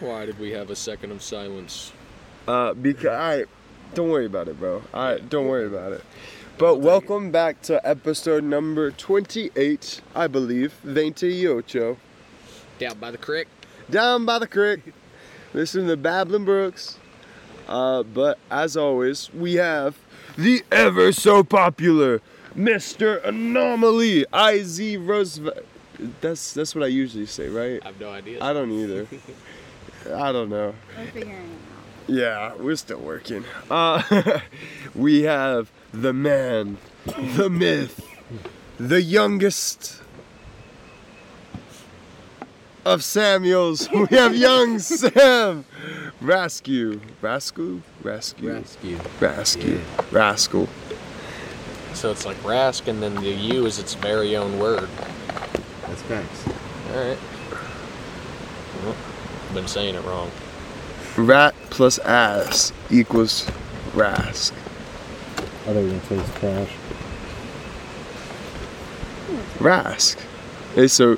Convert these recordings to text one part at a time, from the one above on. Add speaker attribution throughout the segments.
Speaker 1: Why did we have a second of silence?
Speaker 2: Uh, because I don't worry about it, bro. I don't worry about it. But welcome back to episode number 28, I believe, 28.
Speaker 1: Down by the creek.
Speaker 2: Down by the creek. Listen to Babbling Brooks. Uh, but as always, we have the ever so popular Mr. Anomaly, IZ Roosevelt. That's that's what I usually say, right?
Speaker 1: I have no idea.
Speaker 2: I don't either. I don't know.
Speaker 3: We're figuring it
Speaker 2: Yeah, we're still working. Uh, we have the man, the myth, the youngest of Samuels. We have young Sam Raskew. Raskew? Raskew.
Speaker 1: Rescue.
Speaker 2: Raskew. Rascal.
Speaker 1: So it's like Rask, and then the U is its very own word.
Speaker 4: That's facts.
Speaker 1: All right. Well, been saying it wrong.
Speaker 2: Rat plus ass equals Rask.
Speaker 4: I don't even think it's trash.
Speaker 2: Rask. Hey, so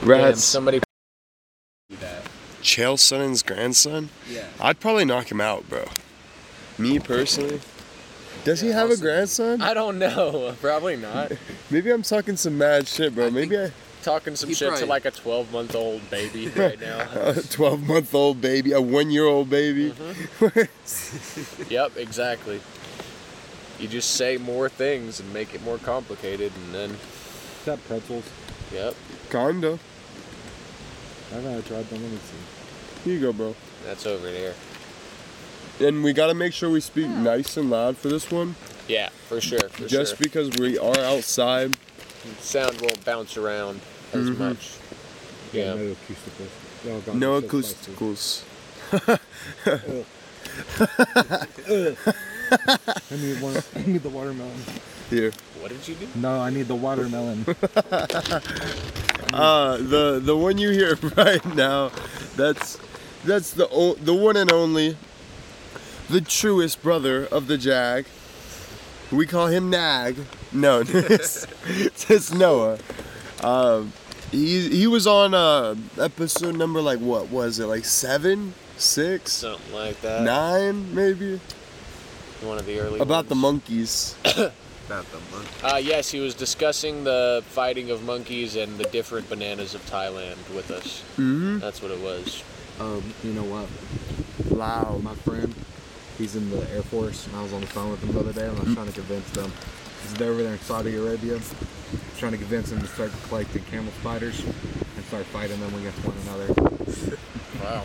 Speaker 1: Damn,
Speaker 2: Rats.
Speaker 1: somebody.
Speaker 2: Chael Sonnen's grandson?
Speaker 4: Yeah.
Speaker 2: I'd probably knock him out, bro. Me personally. Does he
Speaker 1: Yeah,
Speaker 2: have
Speaker 1: I'll
Speaker 2: a
Speaker 1: say-
Speaker 2: grandson?
Speaker 1: I don't know. Probably not.
Speaker 2: Maybe I'm talking some mad shit, bro.
Speaker 4: I
Speaker 2: Maybe
Speaker 1: Talking some
Speaker 4: He
Speaker 1: shit to
Speaker 4: probably-
Speaker 1: like a 12 month old baby right now.
Speaker 2: I a 12 month old baby, a one year old baby.
Speaker 1: yep, exactly. You just say more things and make it more complicated, and then,
Speaker 4: Is that pretzels?
Speaker 1: yep,
Speaker 2: Kinda.
Speaker 4: I've never tried them. Let me see.
Speaker 2: Here you go, bro.
Speaker 1: that's over there.
Speaker 2: And we gotta make sure we speak nice and loud for this one,
Speaker 1: Yeah, for sure. For
Speaker 2: just
Speaker 1: sure.
Speaker 2: because we are outside.
Speaker 1: sound won't bounce around as
Speaker 2: Mhm.
Speaker 1: much. Yeah.
Speaker 4: No acousticals. Oh, God,
Speaker 2: No
Speaker 4: it's so spicy.
Speaker 2: acousticals.
Speaker 4: I need one. I need the watermelon.
Speaker 2: Here.
Speaker 1: What did you do?
Speaker 4: No, I need the watermelon.
Speaker 2: Uh, the the one you hear right now, that's that's the o- the one and only, the truest brother of the Jag. We call him Nag. No, it's, it's Noah. Um, he he was on uh, episode number like what was it like seven, six,
Speaker 1: Something like that.
Speaker 2: nine maybe
Speaker 1: One of the early.
Speaker 2: about the
Speaker 1: ones.
Speaker 2: monkeys.
Speaker 4: Not the monkey.
Speaker 1: Uh, yes, he was discussing the fighting of monkeys and the different bananas of Thailand with us.
Speaker 2: hmm
Speaker 1: That's what it was.
Speaker 4: Um, you know what?
Speaker 2: Wow.
Speaker 4: My friend, he's in the Air Force, and I was on the phone with him the other day, and I was trying to convince them. He's over there in Saudi Arabia, trying to convince them to start collecting camel spiders and start fighting them against one another.
Speaker 1: Wow.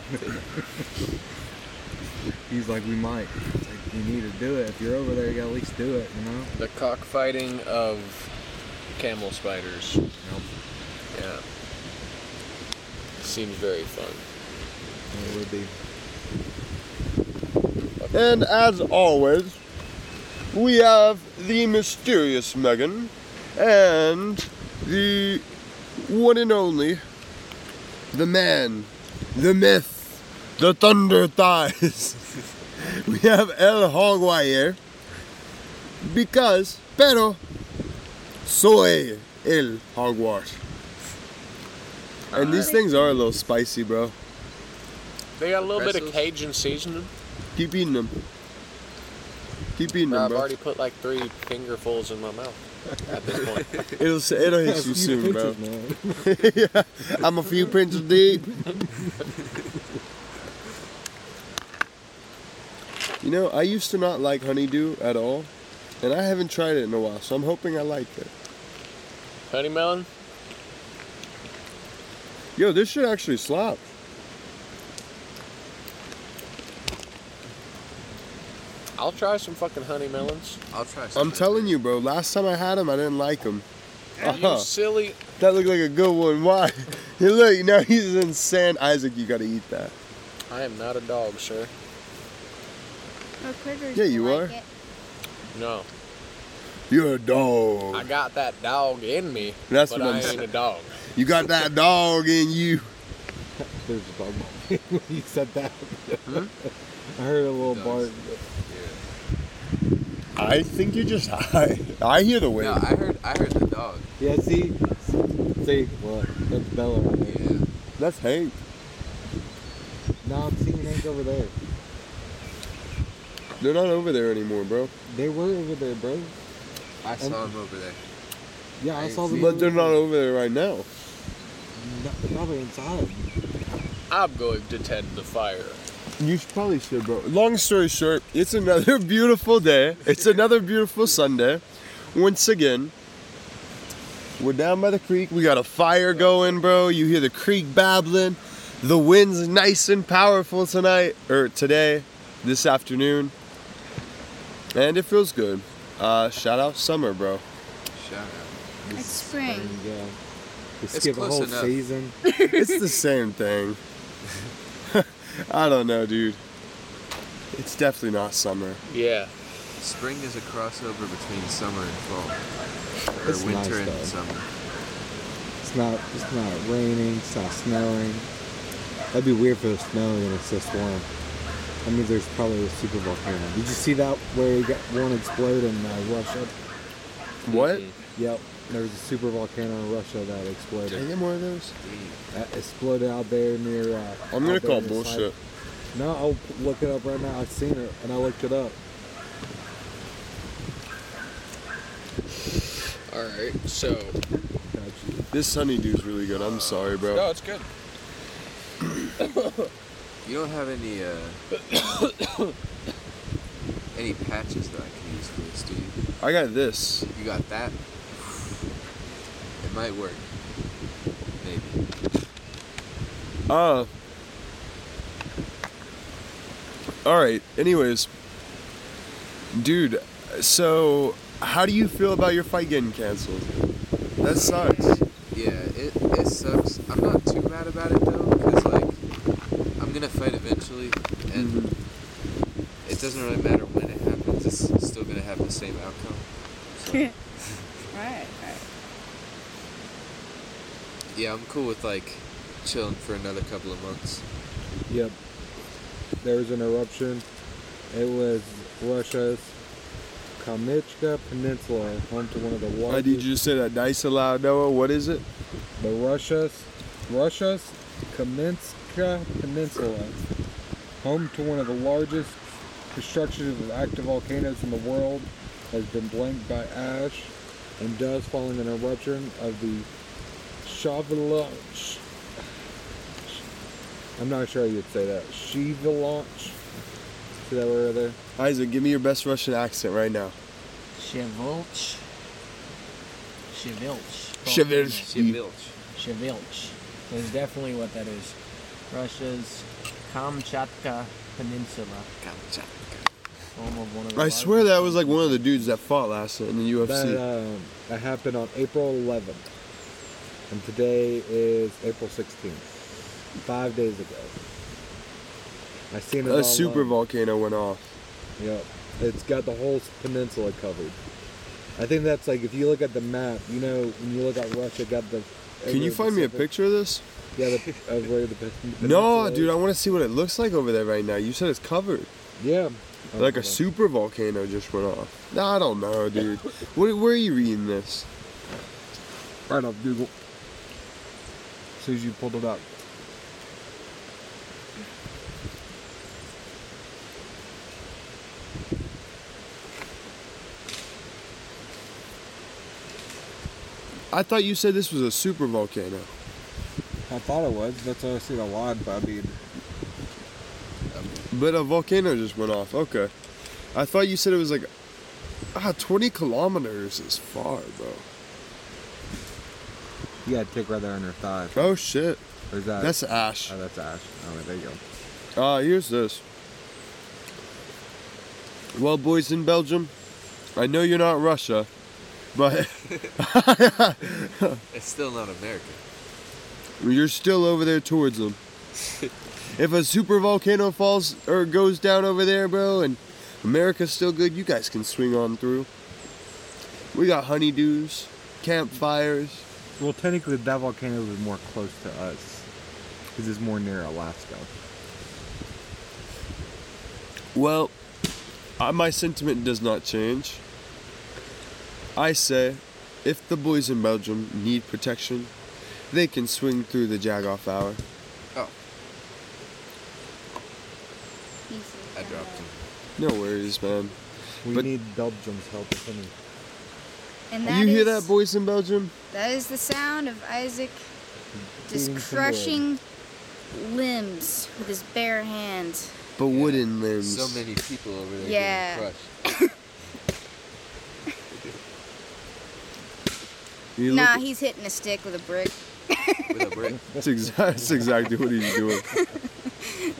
Speaker 4: He's like, we might. It's like, you need to do it. If you're over there, you gotta at least do it, you know?
Speaker 1: the cockfighting of camel spiders.
Speaker 4: Nope.
Speaker 1: Yeah. Seems very fun.
Speaker 4: It would be.
Speaker 2: And as always, we have the mysterious Megan and the one and only, the man, the myth, the thunder thighs. we have El Hogwire because, pero, soy el Hogwart. And these things are a little spicy, bro.
Speaker 1: They got a little bit of
Speaker 4: Pretzels?
Speaker 1: Cajun seasoning.
Speaker 2: Keep eating them. Keep eating them,
Speaker 1: I've
Speaker 2: bro.
Speaker 1: already put like three fingerfuls in my mouth at this point.
Speaker 2: It'll s- it'll hit you soon, bro. yeah, I'm a few pinches deep. you know, I used to not like honeydew at all, and I haven't tried it in a while, so I'm hoping I like it.
Speaker 1: Honey melon?
Speaker 2: Yo, this shit actually slaps.
Speaker 1: I'll try some fucking honey melons.
Speaker 4: I'll try some.
Speaker 2: I'm telling you, bro. Last time I had them, I didn't like them. Uh-huh.
Speaker 1: You silly
Speaker 2: That looked like a good one. Why? Hey, look, now he's in sand. Isaac, you gotta eat that.
Speaker 1: I am not a dog, sir.
Speaker 3: out. Oh, critters
Speaker 2: Yeah, you
Speaker 3: like
Speaker 2: are.
Speaker 3: It.
Speaker 1: No.
Speaker 2: You're a
Speaker 1: I
Speaker 2: dog.
Speaker 1: got that dog in me,
Speaker 2: That's
Speaker 1: but
Speaker 2: what I'm
Speaker 1: I ain't
Speaker 2: saying.
Speaker 1: a dog.
Speaker 2: You got that dog in you.
Speaker 4: There's a dog barking when you said that. I heard a little bark.
Speaker 2: I think you're just high. I hear the wind.
Speaker 5: No, I heard I heard the dog.
Speaker 4: Yeah, see? See? Look, that's Bella right there.
Speaker 5: Yeah.
Speaker 2: That's Hank.
Speaker 6: No, I'm seeing Hank over there.
Speaker 2: They're not over there anymore, bro.
Speaker 6: They were over there, bro.
Speaker 5: I saw him over there.
Speaker 6: Yeah, I
Speaker 5: Hey,
Speaker 6: saw them.
Speaker 2: But they're not over there right now.
Speaker 6: No, no, they're inside.
Speaker 1: I'm going to tend the fire.
Speaker 2: You should- probably should, bro. Long story short, it's another beautiful day. It's another beautiful Sunday. Once again, we're down by the creek. We got a fire going, bro. You hear the creek babbling. The wind's nice and powerful tonight, or today, this afternoon. And it feels good. Uh, shout out summer, bro.
Speaker 5: Shout out.
Speaker 3: It's
Speaker 6: This is
Speaker 3: spring.
Speaker 6: yeah. We
Speaker 5: It's
Speaker 6: skip a
Speaker 5: close
Speaker 6: whole
Speaker 5: enough.
Speaker 6: season.
Speaker 2: It's the same thing. I don't know, dude. It's definitely not summer.
Speaker 1: Yeah.
Speaker 5: Spring is a crossover between summer and fall. Or
Speaker 6: It's nice,
Speaker 5: winter and
Speaker 6: though.
Speaker 5: summer.
Speaker 6: It's not. It's not raining. It's not snowing. That'd be weird for the snowing and it's this warm. That means there's probably a super volcano. Did you see that where it got one explode in uh, Russia?
Speaker 2: What?
Speaker 6: Yep. There was a super volcano in Russia that
Speaker 2: Can I
Speaker 6: exploded.
Speaker 2: get more of those?
Speaker 6: That exploded out there near. Uh,
Speaker 2: I'm gonna
Speaker 6: out there
Speaker 2: call
Speaker 6: in the side-
Speaker 2: bullshit.
Speaker 6: No, I'll p- look it up right now. I've seen it and I looked it up.
Speaker 1: All right. So.
Speaker 2: This honeydew's really good. I'm sorry, bro.
Speaker 1: No, it's good.
Speaker 5: You don't have any uh any patches that I can use for this, do you?
Speaker 2: I got this.
Speaker 5: You got that? It might work. Maybe.
Speaker 2: Uh. All right. Anyways, dude. So, how do you feel about your fight getting canceled? That sucks.
Speaker 5: Yeah, it, it sucks. I'm not too mad about it though, because like I'm gonna fight eventually and it doesn't really matter when it happens, it's still gonna have the same outcome. So
Speaker 3: right, right.
Speaker 5: yeah, I'm cool with like chilling for another couple of months.
Speaker 6: Yep. There was an eruption. It was Russia's Kalmykia Peninsula, home to one of the
Speaker 2: Why
Speaker 6: largest.
Speaker 2: did you say that nice aloud, Noah? What is it?
Speaker 6: The Russia's Russia's Kamenskia Peninsula, home to one of the largest destructions of active volcanoes in the world, has been blanked by ash and dust following an eruption of the Shivalanch. I'm not sure how you'd say that. Shivalanch. See that word right there?
Speaker 2: Isaac, give me your best Russian accent right now.
Speaker 7: Chevilch. Chevilch.
Speaker 2: Chevilch.
Speaker 5: Shit, Bilch.
Speaker 7: Chevilch. That's definitely what that is. Russia's Kamchatka Peninsula, home of one of the
Speaker 2: I swear that was like one of the dudes that fought last in the
Speaker 6: That,
Speaker 2: UFC.
Speaker 6: um, that happened on April 11th. And today is April 16th. Five days ago. I seen it
Speaker 2: A super
Speaker 6: online.
Speaker 2: volcano went off.
Speaker 6: Yep. It's got the whole peninsula covered. I think that's like if you look at the map, you know, when you look at Russia, got the.
Speaker 2: Can you find me a
Speaker 6: Pacific-
Speaker 2: picture of this?
Speaker 6: Yeah, the, of where the pen- peninsula.
Speaker 2: No,
Speaker 6: is.
Speaker 2: dude, I want to see what it looks like over there right now. You said it's covered.
Speaker 6: Yeah.
Speaker 2: Like a super volcano just went off. No, I don't know, dude. Where, where are you reading this?
Speaker 6: Right off Google. As soon as you pulled it up.
Speaker 2: I thought you said this was a super volcano.
Speaker 6: I thought it was. That's what I seen a lot, but I mean,
Speaker 2: But a volcano just went off. Okay. I thought you said it was like, ah, 20 kilometers is far, bro.
Speaker 6: you got a tick right there on your thigh.
Speaker 2: Oh, shit.
Speaker 6: Or is that?
Speaker 2: That's ash.
Speaker 6: Oh, that's ash. Oh, there you go.
Speaker 2: Ah, here's this. Well, boys in Belgium, I know you're not Russia, but
Speaker 5: It's still not America.
Speaker 2: You're still over there towards them. if a super volcano falls or goes down over there, bro, and America's still good, you guys can swing on through. We got honeydews, campfires.
Speaker 6: Well, technically, that volcano was more close to us because it's more near Alaska.
Speaker 2: Well, I, my sentiment does not change. I say, if the boys in Belgium need protection, they can swing through the Jagoff hour.
Speaker 5: Oh. I dropped him.
Speaker 2: No worries, man.
Speaker 4: We
Speaker 2: But-
Speaker 4: need Belgium's help if any.
Speaker 3: And
Speaker 2: you hear that
Speaker 3: is-
Speaker 2: voice in Belgium?
Speaker 3: That is the sound of Isaac just
Speaker 4: Beating some wood.
Speaker 3: crushing limbs with his bare hands.
Speaker 2: But wooden limbs.
Speaker 5: So many people over there
Speaker 3: Yeah.
Speaker 5: getting crushed.
Speaker 2: You look
Speaker 3: nah,
Speaker 2: at-
Speaker 3: he's hitting a stick with a brick.
Speaker 5: With a brick.
Speaker 2: That's, exa- that's exactly what he's doing.
Speaker 3: Oh.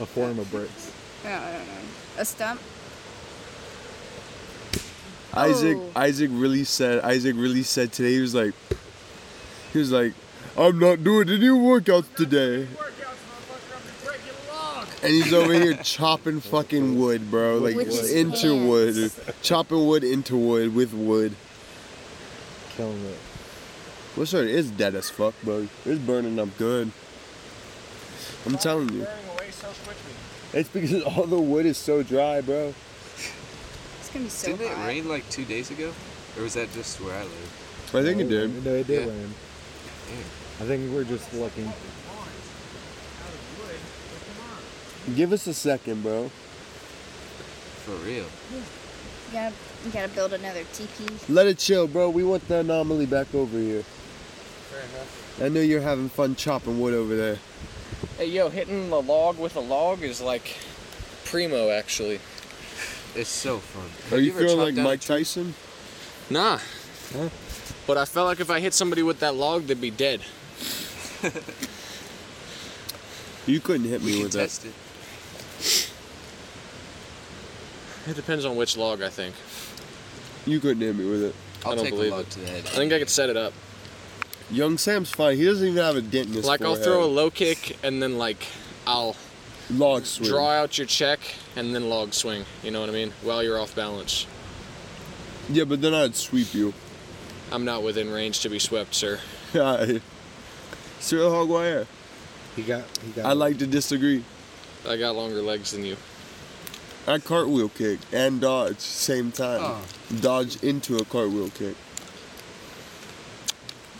Speaker 4: A form of bricks.
Speaker 3: No, I don't know. A stump?
Speaker 2: Isaac
Speaker 3: Oh.
Speaker 2: Isaac really said Isaac really said today he was like he was like I'm not doing any workouts today. And he's over here chopping fucking wood, bro. Like
Speaker 3: With his
Speaker 2: into wood,
Speaker 3: hands.
Speaker 2: chopping wood into wood with wood.
Speaker 4: Killing it.
Speaker 2: What's up? It's dead as fuck, bro. It's burning up good. I'm telling you. It's because all the wood is so dry, bro.
Speaker 3: It's gonna be so
Speaker 5: Didn't it
Speaker 3: hot.
Speaker 5: rain like two days ago? Or was that just where I live?
Speaker 2: I think it did.
Speaker 4: No, it did
Speaker 5: Yeah.
Speaker 4: rain. I think we're just looking.
Speaker 2: Give us a second, bro.
Speaker 5: For
Speaker 3: You
Speaker 5: real.
Speaker 3: gotta, you gotta build another teepee.
Speaker 2: Let it chill, bro. We want the anomaly back over here.
Speaker 5: Fair enough.
Speaker 2: I know you're having fun chopping wood over there.
Speaker 1: Hey, yo, hitting the log with a log is like primo, actually.
Speaker 5: It's so fun.
Speaker 2: Are
Speaker 5: Have
Speaker 2: you,
Speaker 5: ever
Speaker 2: feeling
Speaker 5: chopped
Speaker 2: like
Speaker 5: down a
Speaker 2: Mike
Speaker 5: tree?
Speaker 2: Tyson?
Speaker 1: Nah.
Speaker 2: Huh?
Speaker 1: But I felt like if I hit somebody with that log, they'd be dead.
Speaker 2: You couldn't hit
Speaker 5: We
Speaker 2: me
Speaker 5: can
Speaker 2: with that.
Speaker 5: test it.
Speaker 1: It depends on which log, I think.
Speaker 2: You couldn't hit me with it.
Speaker 5: I'll
Speaker 1: don't
Speaker 5: take a
Speaker 1: believe
Speaker 5: log
Speaker 1: it.
Speaker 5: to the head.
Speaker 1: I think I could set it up.
Speaker 2: Young Sam's fine. He doesn't even have a dent in his
Speaker 1: like I'll throw a low kick and then like I'll
Speaker 2: a log swing.
Speaker 1: draw out your check and then log swing. You know what I mean? While you're off balance.
Speaker 2: Yeah, but then I'd sweep you.
Speaker 1: I'm not within range to be swept, sir.
Speaker 2: Cyril Hogwire.
Speaker 4: He got. He got.
Speaker 2: I like to disagree.
Speaker 1: I got longer legs than you.
Speaker 2: I cartwheel kick and dodge same time. Dodge into a cartwheel kick.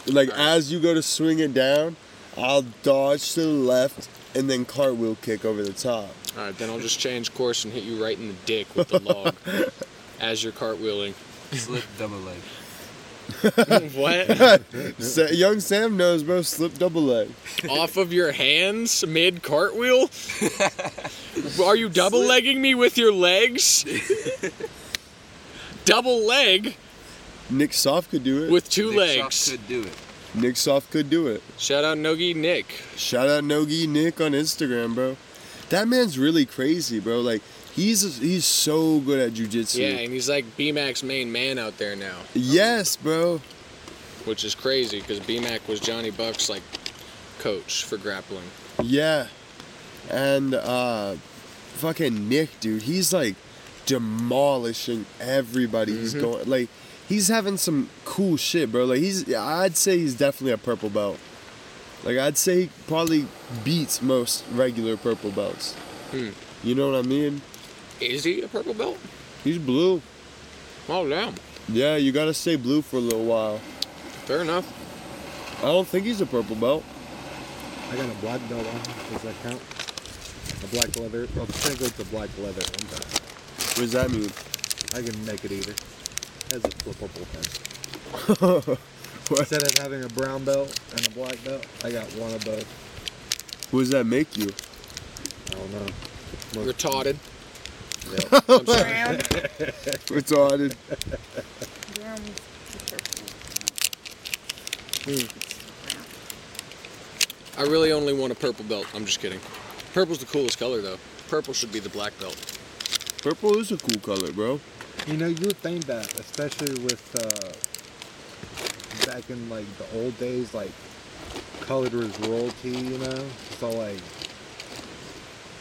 Speaker 2: Like as you go to swing it down, I'll dodge to the left and then cartwheel kick over the top.
Speaker 1: All right, then I'll just change course and hit you right in the dick with the log as you're cartwheeling.
Speaker 5: Slip double leg.
Speaker 1: what?
Speaker 2: Sa- young Sam knows, bro. Slip double leg.
Speaker 1: off of your hands mid cartwheel? Are you double legging me with your legs? double leg
Speaker 2: Nick Soft could do it.
Speaker 1: with two
Speaker 5: Nick Shock
Speaker 1: legs.
Speaker 5: could do it.
Speaker 2: Nick Soft could do it.
Speaker 1: Shout out Nogi Nick.
Speaker 2: Shout out Nogi Nick on Instagram, bro. That man's really crazy, bro. Like he's he's so good at jujitsu.
Speaker 1: Yeah, and he's like BMAC's main man out there now,
Speaker 2: Yes, bro.
Speaker 1: which is crazy because BMAC was Johnny Buck's like coach for grappling.
Speaker 2: Yeah. And uh fucking Nick, dude, he's like demolishing everybody he's
Speaker 1: Mm-hmm.
Speaker 2: going like he's having some cool shit, bro. Like he's I'd say he's definitely a purple belt. Like I'd say he probably beats most regular purple belts.
Speaker 1: Hmm.
Speaker 2: You know what I mean?
Speaker 1: Is he a purple belt?
Speaker 2: He's blue.
Speaker 1: Oh damn.
Speaker 2: Yeah, you gotta stay blue for a little while.
Speaker 1: Fair enough.
Speaker 2: I don't think he's a purple belt.
Speaker 4: I got a black belt on. Does that count? A black leather. Well, translates to black leather. I'm done.
Speaker 2: What does that mean?
Speaker 4: I can make it either. As a flippable thing.
Speaker 2: What,
Speaker 4: Instead of having a brown belt and a black belt, I got one of both.
Speaker 2: what does that make you?
Speaker 4: I
Speaker 1: Oh,
Speaker 4: don't know.
Speaker 1: Retarded.
Speaker 4: Yep.
Speaker 1: I'm sorry.
Speaker 3: Brown.
Speaker 2: It's odd.
Speaker 3: brown.
Speaker 1: I really only want a purple belt. I'm just kidding. Purple's the coolest color though. Purple should be the black belt.
Speaker 2: Purple is a cool color, bro.
Speaker 4: you know, you would think that, especially with uh, back in like the old days, like colored was royalty. You know, so like,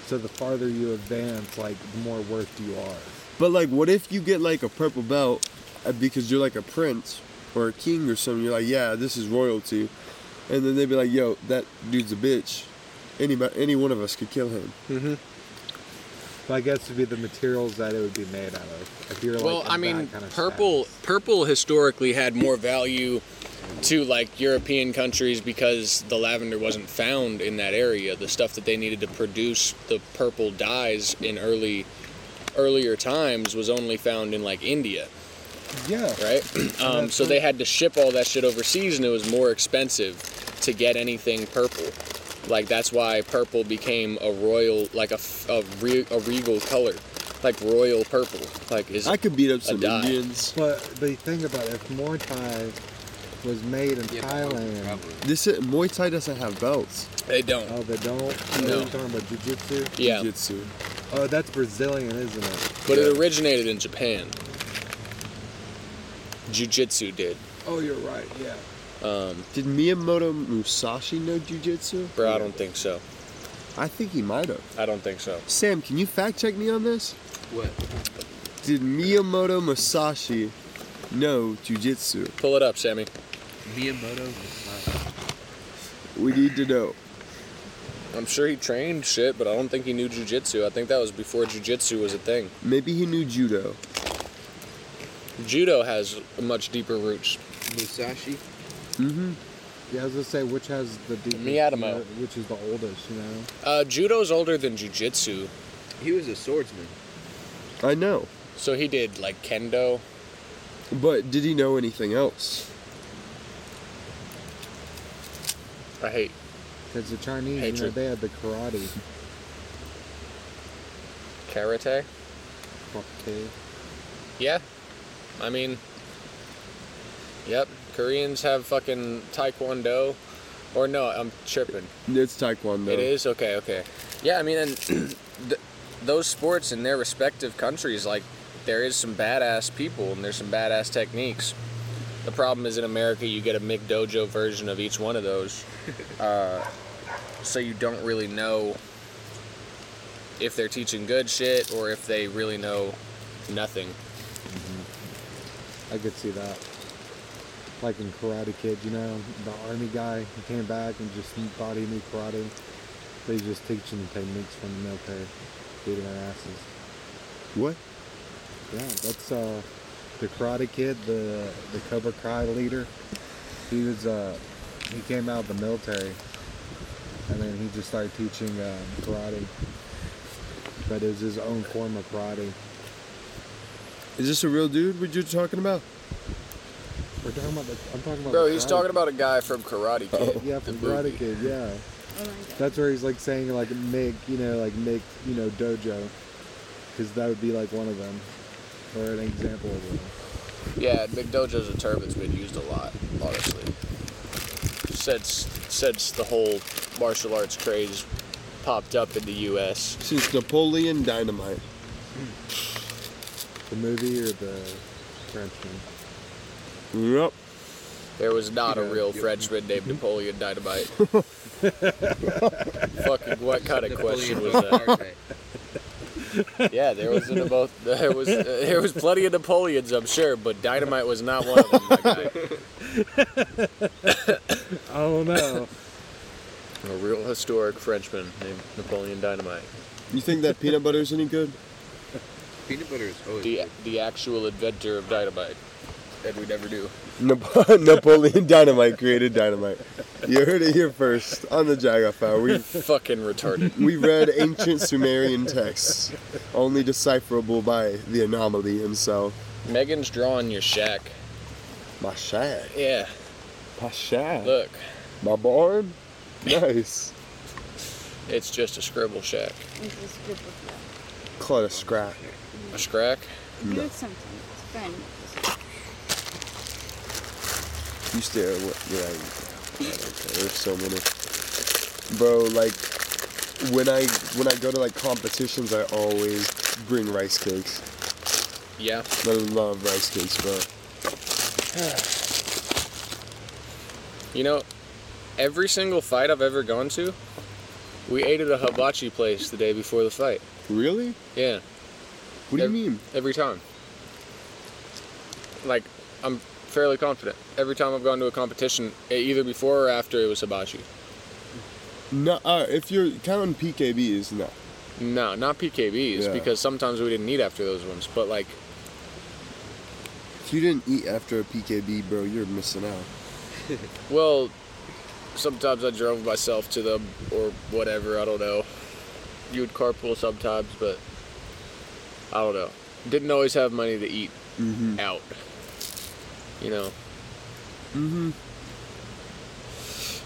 Speaker 4: so the farther you advance, like the more worth you are.
Speaker 2: But like, what if you get like a purple belt uh, because you're like a prince or a king or something? You're like, yeah, this is royalty, and then they'd be like, yo, that dude's a bitch. Any any one of us could kill him.
Speaker 4: So I guess would be the materials that it would be made out of. If you're like,
Speaker 1: Well,
Speaker 4: in
Speaker 1: I
Speaker 4: that
Speaker 1: mean,
Speaker 4: kind of
Speaker 1: purple
Speaker 4: status.
Speaker 1: purple historically had more value to like European countries because the lavender wasn't found in that area. The stuff that they needed to produce the purple dyes in early earlier times was only found in like India,
Speaker 2: Yeah.
Speaker 1: right? um, so they had to ship all that shit overseas, and it was more expensive to get anything purple. Like that's why purple became a royal, like a f- a, re- a regal color, like royal purple. Like is
Speaker 2: I could beat up some
Speaker 1: die.
Speaker 2: Indians.
Speaker 6: But but you think about it, if Muay Thai was made in
Speaker 5: Yeah,
Speaker 6: Thailand,
Speaker 5: probably.
Speaker 2: This is, Muay Thai doesn't have belts.
Speaker 1: they don't.
Speaker 6: oh they don't.
Speaker 1: No.
Speaker 6: You're talking about jiu-jitsu.
Speaker 1: yeah,
Speaker 2: Jiu-jitsu.
Speaker 6: Oh, that's Brazilian, isn't it?
Speaker 1: but it originated in Japan. Jiu-jitsu did.
Speaker 6: Oh, you're right. Yeah.
Speaker 1: Um,
Speaker 2: Did Miyamoto Musashi know jiu-jitsu?
Speaker 1: bro, I don't think so.
Speaker 2: I think he might have.
Speaker 1: I don't think so.
Speaker 2: Sam, can you fact check me on this?
Speaker 5: What?
Speaker 2: Did Miyamoto Musashi know jiu-jitsu?
Speaker 1: Pull it up, Sammy.
Speaker 5: Miyamoto uh, Musashi.
Speaker 2: We need to know.
Speaker 1: I'm sure he trained shit, but I don't think he knew jujitsu. I think that was before jujitsu was a thing.
Speaker 2: Maybe he knew judo.
Speaker 1: Judo has much deeper roots.
Speaker 5: Musashi?
Speaker 2: Mm-hmm.
Speaker 6: Yeah, I was gonna say which has the deepest,
Speaker 1: Miyamoto.
Speaker 6: you know, which is the oldest, you know.
Speaker 1: Uh, judo's older than jujitsu,
Speaker 5: He was a swordsman.
Speaker 2: I know.
Speaker 1: so he did like kendo.
Speaker 2: But did he know anything else?
Speaker 1: I hate.
Speaker 6: Because the Chinese, you know,
Speaker 1: Hatred.
Speaker 6: they had the karate.
Speaker 1: Karate?
Speaker 6: Okay.
Speaker 1: Yeah. I mean, yep. Koreans have fucking taekwondo. Or no, I'm tripping.
Speaker 2: It's taekwondo.
Speaker 1: It is? Okay, okay. Yeah, I mean, and th- those sports in their respective countries, like, there is some badass people and there's some badass techniques. The problem is in America, you get a McDojo version of each one of those. Uh, so you don't really know if they're teaching good shit or if they really know nothing.
Speaker 6: I could see that. Like in Karate Kid, you know, the army guy he came back and just thought he knew karate. They just teaching the techniques from the military, beating their asses.
Speaker 2: What?
Speaker 6: Yeah, that's uh, the Karate Kid, the the Cobra Kai leader. He was uh, he came out of the military, and then he just started teaching um, karate. But it was his own form of karate.
Speaker 2: Is this a real dude? What you're talking about?
Speaker 6: We're talking about the. I'm talking about.
Speaker 1: Bro,
Speaker 6: the
Speaker 1: he's
Speaker 6: Karate
Speaker 1: talking
Speaker 6: Kid.
Speaker 1: about a guy from Karate Kid.
Speaker 6: Oh. Yeah,
Speaker 1: the
Speaker 6: from Karate
Speaker 1: movie.
Speaker 6: Kid. Yeah,
Speaker 3: Oh my god.
Speaker 6: that's where he's like saying like Mick, you know, like Mick, you know, dojo, because that would be like one of them, or an example of one.
Speaker 1: Yeah, McDojo's a term that's been used a lot, honestly. Since since the whole martial arts craze popped up in the U.S.
Speaker 2: Since Napoleon Dynamite.
Speaker 6: The movie or the Frenchman.
Speaker 2: Yep.
Speaker 1: There was not a real Frenchman named Napoleon Dynamite. Fucking what kind of question was that? Yeah, there was in both. There was uh, there was plenty of Napoleons, I'm sure, but Dynamite was not one of them. my guy.
Speaker 6: Oh no.
Speaker 1: A real historic Frenchman named Napoleon Dynamite.
Speaker 2: You think that peanut butter's any good?
Speaker 5: Peanut butter is always
Speaker 1: The
Speaker 5: good.
Speaker 1: the actual inventor of dynamite, and we never do.
Speaker 2: Nap- Napoleon Dynamite created dynamite. You heard it here first on the Jag Off Hour. We
Speaker 1: Fucking retarded.
Speaker 2: we read ancient Sumerian texts, only decipherable by the anomaly himself.
Speaker 1: Megan's drawing your shack.
Speaker 2: My shack.
Speaker 1: Yeah,
Speaker 2: My shack.
Speaker 1: look,
Speaker 2: My barn. Nice.
Speaker 1: it's just a scribble shack.
Speaker 3: Into this group of love.
Speaker 2: Call it a scrap.
Speaker 1: A scrack?
Speaker 3: Do
Speaker 2: No.
Speaker 3: it sometime. It's fun.
Speaker 2: You stare at what? Yeah, I I don't care. There's so many, bro. Like when I when I go to like competitions, I always bring rice cakes.
Speaker 1: Yeah.
Speaker 2: I love rice cakes, bro.
Speaker 1: You know, every single fight I've ever gone to, we ate at a hibachi place the day before the fight.
Speaker 2: Really?
Speaker 1: Yeah,
Speaker 2: What do you
Speaker 1: Ev-
Speaker 2: mean?
Speaker 1: every time. Like, I'm fairly confident. Every time I've gone to a competition, e- either before or after, it was hibachi.
Speaker 2: No, uh, if you're counting PKBs, no.
Speaker 1: No, not PKBs
Speaker 2: Yeah.
Speaker 1: because sometimes we didn't eat after those ones. But like,
Speaker 2: If you didn't eat after a PKB, bro, you're missing out.
Speaker 1: well, sometimes I drove myself to them or whatever. I don't know. You would carpool sometimes, but I don't know. Didn't always have money to eat
Speaker 2: Mm-hmm.
Speaker 1: out. You know,
Speaker 2: Mm-hmm.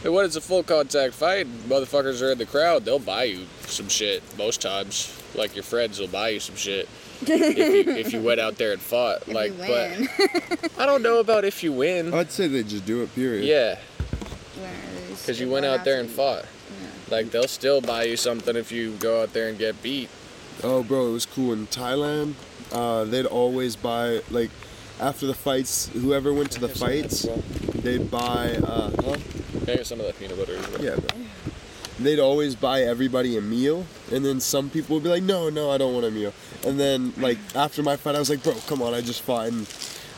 Speaker 1: And when it's a full contact fight, motherfuckers are in the crowd. They'll buy you some shit most times. Like your friends will buy you some shit if you, if you went out there and fought.
Speaker 3: If
Speaker 1: like,
Speaker 3: you win,
Speaker 1: but I don't know about if you win.
Speaker 2: I'd say they just do it. Period.
Speaker 1: yeah,
Speaker 3: win or lose,
Speaker 1: because
Speaker 3: you're
Speaker 1: you went
Speaker 3: going
Speaker 1: out there
Speaker 3: to
Speaker 1: and
Speaker 3: eat.
Speaker 1: fought. Like they'll still buy you something if you go out there and get beat.
Speaker 2: Oh, bro, it was cool in Thailand. Uh, they'd always buy like after the fights. Whoever went to the fights, they'd buy. Uh, huh?
Speaker 1: Can I get some of that peanut butter? as well?
Speaker 2: Yeah, bro. They'd always buy everybody a meal, and then some people would be like, "No, no, I don't want a meal." And then like after my fight, I was like, "Bro, come on, I just fought." And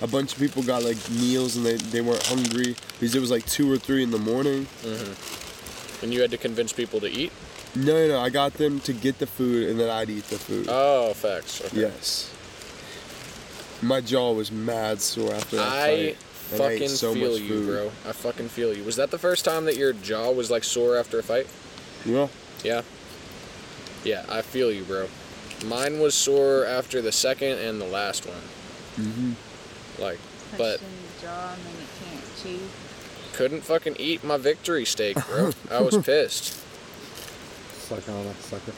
Speaker 2: a bunch of people got like meals, and they, they weren't hungry because it was like two or three in the morning.
Speaker 1: And you had to convince people to eat.
Speaker 2: No, no, no I got them to get the food, and then I'd eat the food.
Speaker 1: Oh, facts. Okay.
Speaker 2: Yes. My jaw was mad sore after that
Speaker 1: I
Speaker 2: fight. and I ate
Speaker 1: fucking
Speaker 2: so
Speaker 1: feel
Speaker 2: much
Speaker 1: you,
Speaker 2: food.
Speaker 1: bro. I fucking feel you. Was that the first time that your jaw was like sore after a fight?
Speaker 2: Yeah.
Speaker 1: Yeah. Yeah, I feel you, bro. Mine was sore after the second and the last one.
Speaker 2: hmm
Speaker 1: Like,
Speaker 3: Punched
Speaker 1: but
Speaker 3: in the jaw and then you can't chew.
Speaker 1: couldn't fucking eat my victory steak, bro. I was pissed.
Speaker 6: Suck on it, sucker.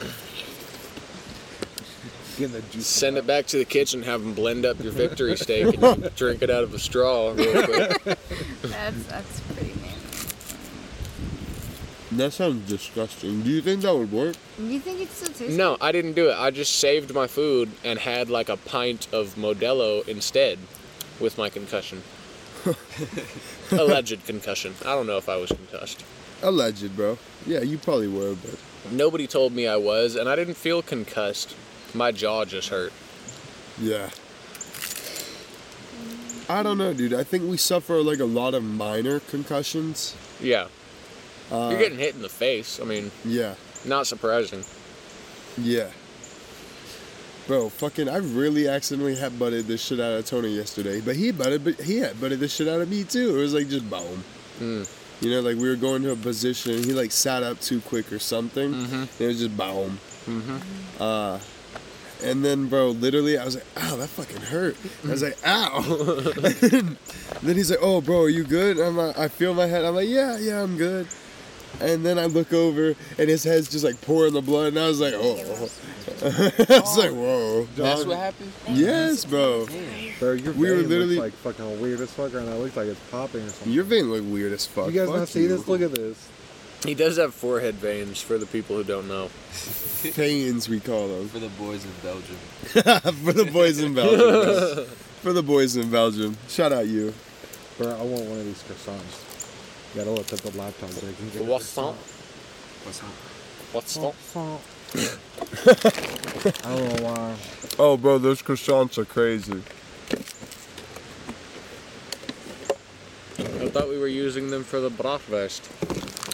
Speaker 6: Getting the juice.
Speaker 1: Send it back to the kitchen, have them blend up your victory steak, and you drink it out of a straw real quick.
Speaker 3: That's that's pretty manly.
Speaker 2: That sounds disgusting. Do you think that would work?
Speaker 3: Do you think it still tastes?
Speaker 1: No, I didn't do it. I just saved my food and had like a pint of Modelo instead with my concussion. Alleged concussion. I don't know if I was concussed.
Speaker 2: Alleged, bro. Yeah, you probably were, but
Speaker 1: Nobody told me I was, and I didn't feel concussed. My jaw just hurt.
Speaker 2: yeah. I don't know, dude. I think we suffer like a lot of minor concussions.
Speaker 1: Yeah.
Speaker 2: Uh,
Speaker 1: You're getting hit in the face. I mean,
Speaker 2: Yeah,
Speaker 1: not surprising.
Speaker 2: yeah. Bro, fucking, I really accidentally had butted the shit out of Tony yesterday, but he butted, but he had butted the shit out of me too. It was like just boom.
Speaker 1: Mm.
Speaker 2: You know, like we were going to a position, he like sat up too quick or something.
Speaker 1: Mhm.
Speaker 2: It was just boom.
Speaker 1: Mhm.
Speaker 2: Uh, and then, bro, literally, I was like, ow, that fucking hurt. I was like, ow. then, he's like, oh, bro, are you good? And I'm like, I feel my head. I'm like, yeah, yeah, I'm good. And then I look over, and his head's just like pouring the blood, and I was like, oh. I was like, whoa.
Speaker 5: That's what happened.
Speaker 2: Yes, bro.
Speaker 6: Bro, your
Speaker 2: We were
Speaker 6: vein looks
Speaker 2: literally-
Speaker 6: like fucking weird as fuck right now. It looks like it's popping or something.
Speaker 2: Your vein looked weird as fuck.
Speaker 6: you guys
Speaker 2: Fuck
Speaker 6: not see
Speaker 2: you.
Speaker 6: this? Look at this.
Speaker 1: He does have forehead veins for the people who don't know.
Speaker 2: Veins, we call them.
Speaker 5: For the boys in Belgium.
Speaker 2: for the boys in Belgium. for the boys in Belgium. Shout out you.
Speaker 6: Bro, I want one of these croissants. Gotta look at the laptop so I can get a
Speaker 1: What's that?
Speaker 5: What's up?
Speaker 1: What's that?
Speaker 6: croissant. I don't know why.
Speaker 2: Oh, bro, those croissants are crazy.
Speaker 1: I thought we were using them for the bratwurst.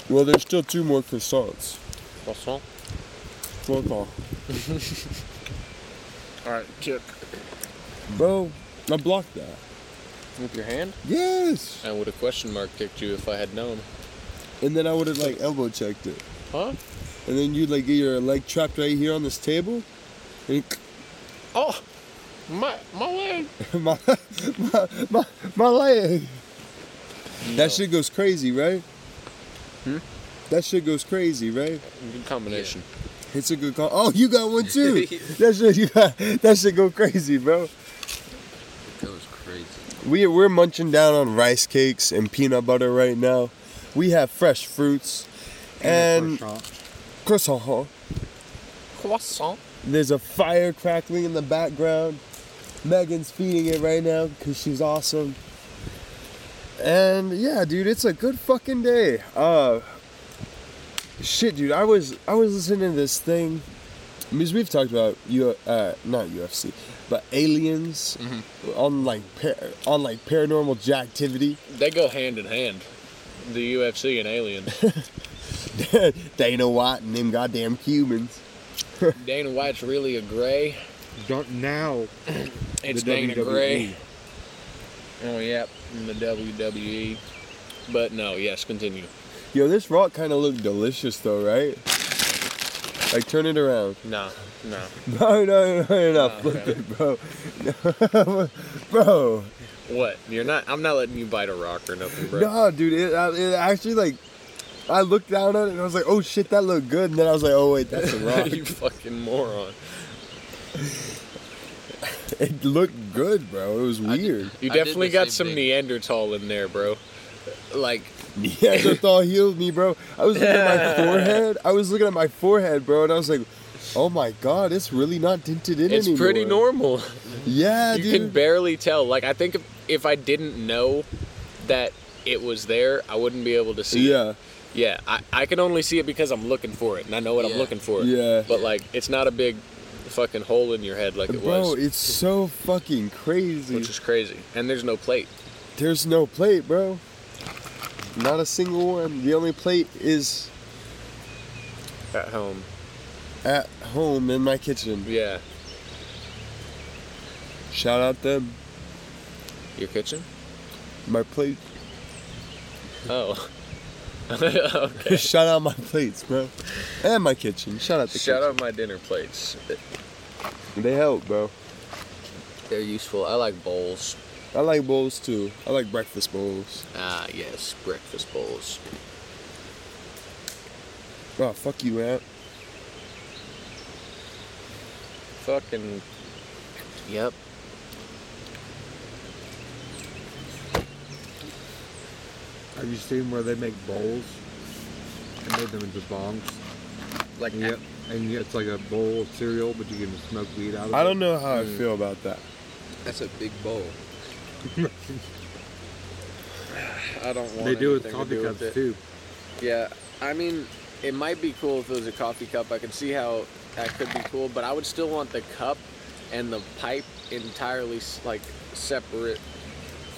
Speaker 2: Well, there's still two more croissants.
Speaker 1: What's that?
Speaker 2: Roll call.
Speaker 1: All right, kick
Speaker 2: Bro, I blocked that.
Speaker 1: with your hand.
Speaker 2: Yes.
Speaker 1: I would have question mark kicked you if I had known.
Speaker 2: And then I would have like elbow checked it.
Speaker 1: Huh?
Speaker 2: And then you'd like get your leg trapped right here on this table. And
Speaker 1: Oh, my my leg.
Speaker 2: my, my, my, my leg.
Speaker 1: No,
Speaker 2: That shit goes crazy, right? That shit goes crazy, right?
Speaker 1: Good combination.
Speaker 2: It's a good call. Oh, you got one too. that shit, you got, that shit go crazy, bro.
Speaker 5: That was crazy.
Speaker 2: We we're munching down on rice cakes and peanut butter right now. We have fresh fruits and croissant.
Speaker 1: Croissant.
Speaker 2: There's a fire crackling in the background. Megan's feeding it right now because she's awesome. And yeah, dude, it's a good fucking day. Uh, shit, dude, I was I was listening to this thing because we've talked about you uh not UFC but aliens on like par- on like paranormal jacktivity.
Speaker 1: They go hand in hand. The UFC and aliens.
Speaker 2: Dana White and them goddamn humans.
Speaker 1: Dana White's really a gray.
Speaker 6: Don't now.
Speaker 1: It's
Speaker 6: The E.
Speaker 1: Dana
Speaker 6: WWE.
Speaker 1: Gray. Oh yep, in the WWE. But no, yes, continue.
Speaker 2: Yo, this rock kind of looked delicious though, right? Like turn it around.
Speaker 1: Nah, No.
Speaker 2: No, no, no, no,
Speaker 1: No,
Speaker 2: flip
Speaker 1: okay.
Speaker 2: it, bro. No, bro,
Speaker 1: What? You're not. I'm not letting you bite a rock or nothing, bro.
Speaker 2: no, dude. It, uh, it actually like, I looked down at it and I was like, oh shit, that looked good. And then I was like, oh wait, that's a rock.
Speaker 1: you fucking moron.
Speaker 2: it looked good, bro. It was weird.
Speaker 1: You
Speaker 5: I did
Speaker 1: definitely
Speaker 5: the
Speaker 1: got
Speaker 5: same
Speaker 1: some
Speaker 5: thing.
Speaker 1: Neanderthal in there, bro. Like,
Speaker 2: Neanderthal healed me, bro. I was looking at my forehead. I was looking at my forehead, bro, and I was like, oh my god, it's really not tinted in
Speaker 1: it's
Speaker 2: anymore.
Speaker 1: pretty normal.
Speaker 2: Yeah,
Speaker 1: you
Speaker 2: dude.
Speaker 1: can barely tell. Like, I think if, if I didn't know that it was there, I wouldn't be able to see. It.
Speaker 2: yeah,
Speaker 1: Yeah. I, I can only see it because I'm looking for it, and I know what
Speaker 5: Yeah.
Speaker 1: I'm looking for.
Speaker 2: Yeah.
Speaker 1: But like, it's not a big fucking hole in your head like it
Speaker 2: bro,
Speaker 1: was,
Speaker 2: it's so fucking crazy.
Speaker 1: which is crazy. And there's no plate.
Speaker 2: There's no plate, bro. Not a single one. The only plate is
Speaker 1: At home.
Speaker 2: at home in my kitchen.
Speaker 1: Yeah.
Speaker 2: Shout out them.
Speaker 1: Your kitchen?
Speaker 2: My plate.
Speaker 1: Oh. okay.
Speaker 2: Shout out my plates, bro. And my kitchen. Shout out the
Speaker 1: Shout
Speaker 2: kitchen.
Speaker 1: out my dinner plates.
Speaker 2: They help, bro.
Speaker 1: They're useful. I like bowls.
Speaker 2: I like bowls too. I like breakfast bowls.
Speaker 1: Ah, yes, breakfast bowls.
Speaker 2: Oh, fuck you, Aunt.
Speaker 1: Fucking. Yep.
Speaker 6: Have you seen where they make bowls and made them into bongs?
Speaker 1: Like,
Speaker 6: And, yet, and yet it's like a bowl of cereal, but you can smoke weed out of
Speaker 2: I
Speaker 6: it.
Speaker 2: don't know how
Speaker 1: Mm.
Speaker 2: I feel about that.
Speaker 5: That's a big bowl. I don't want
Speaker 6: They do it
Speaker 5: anything
Speaker 6: with coffee
Speaker 5: to do
Speaker 6: cups
Speaker 5: with it.
Speaker 6: too.
Speaker 1: yeah. I mean, it might be cool if it was a coffee cup. I can see how that could be cool, but I would still want the cup and the pipe entirely s- like separate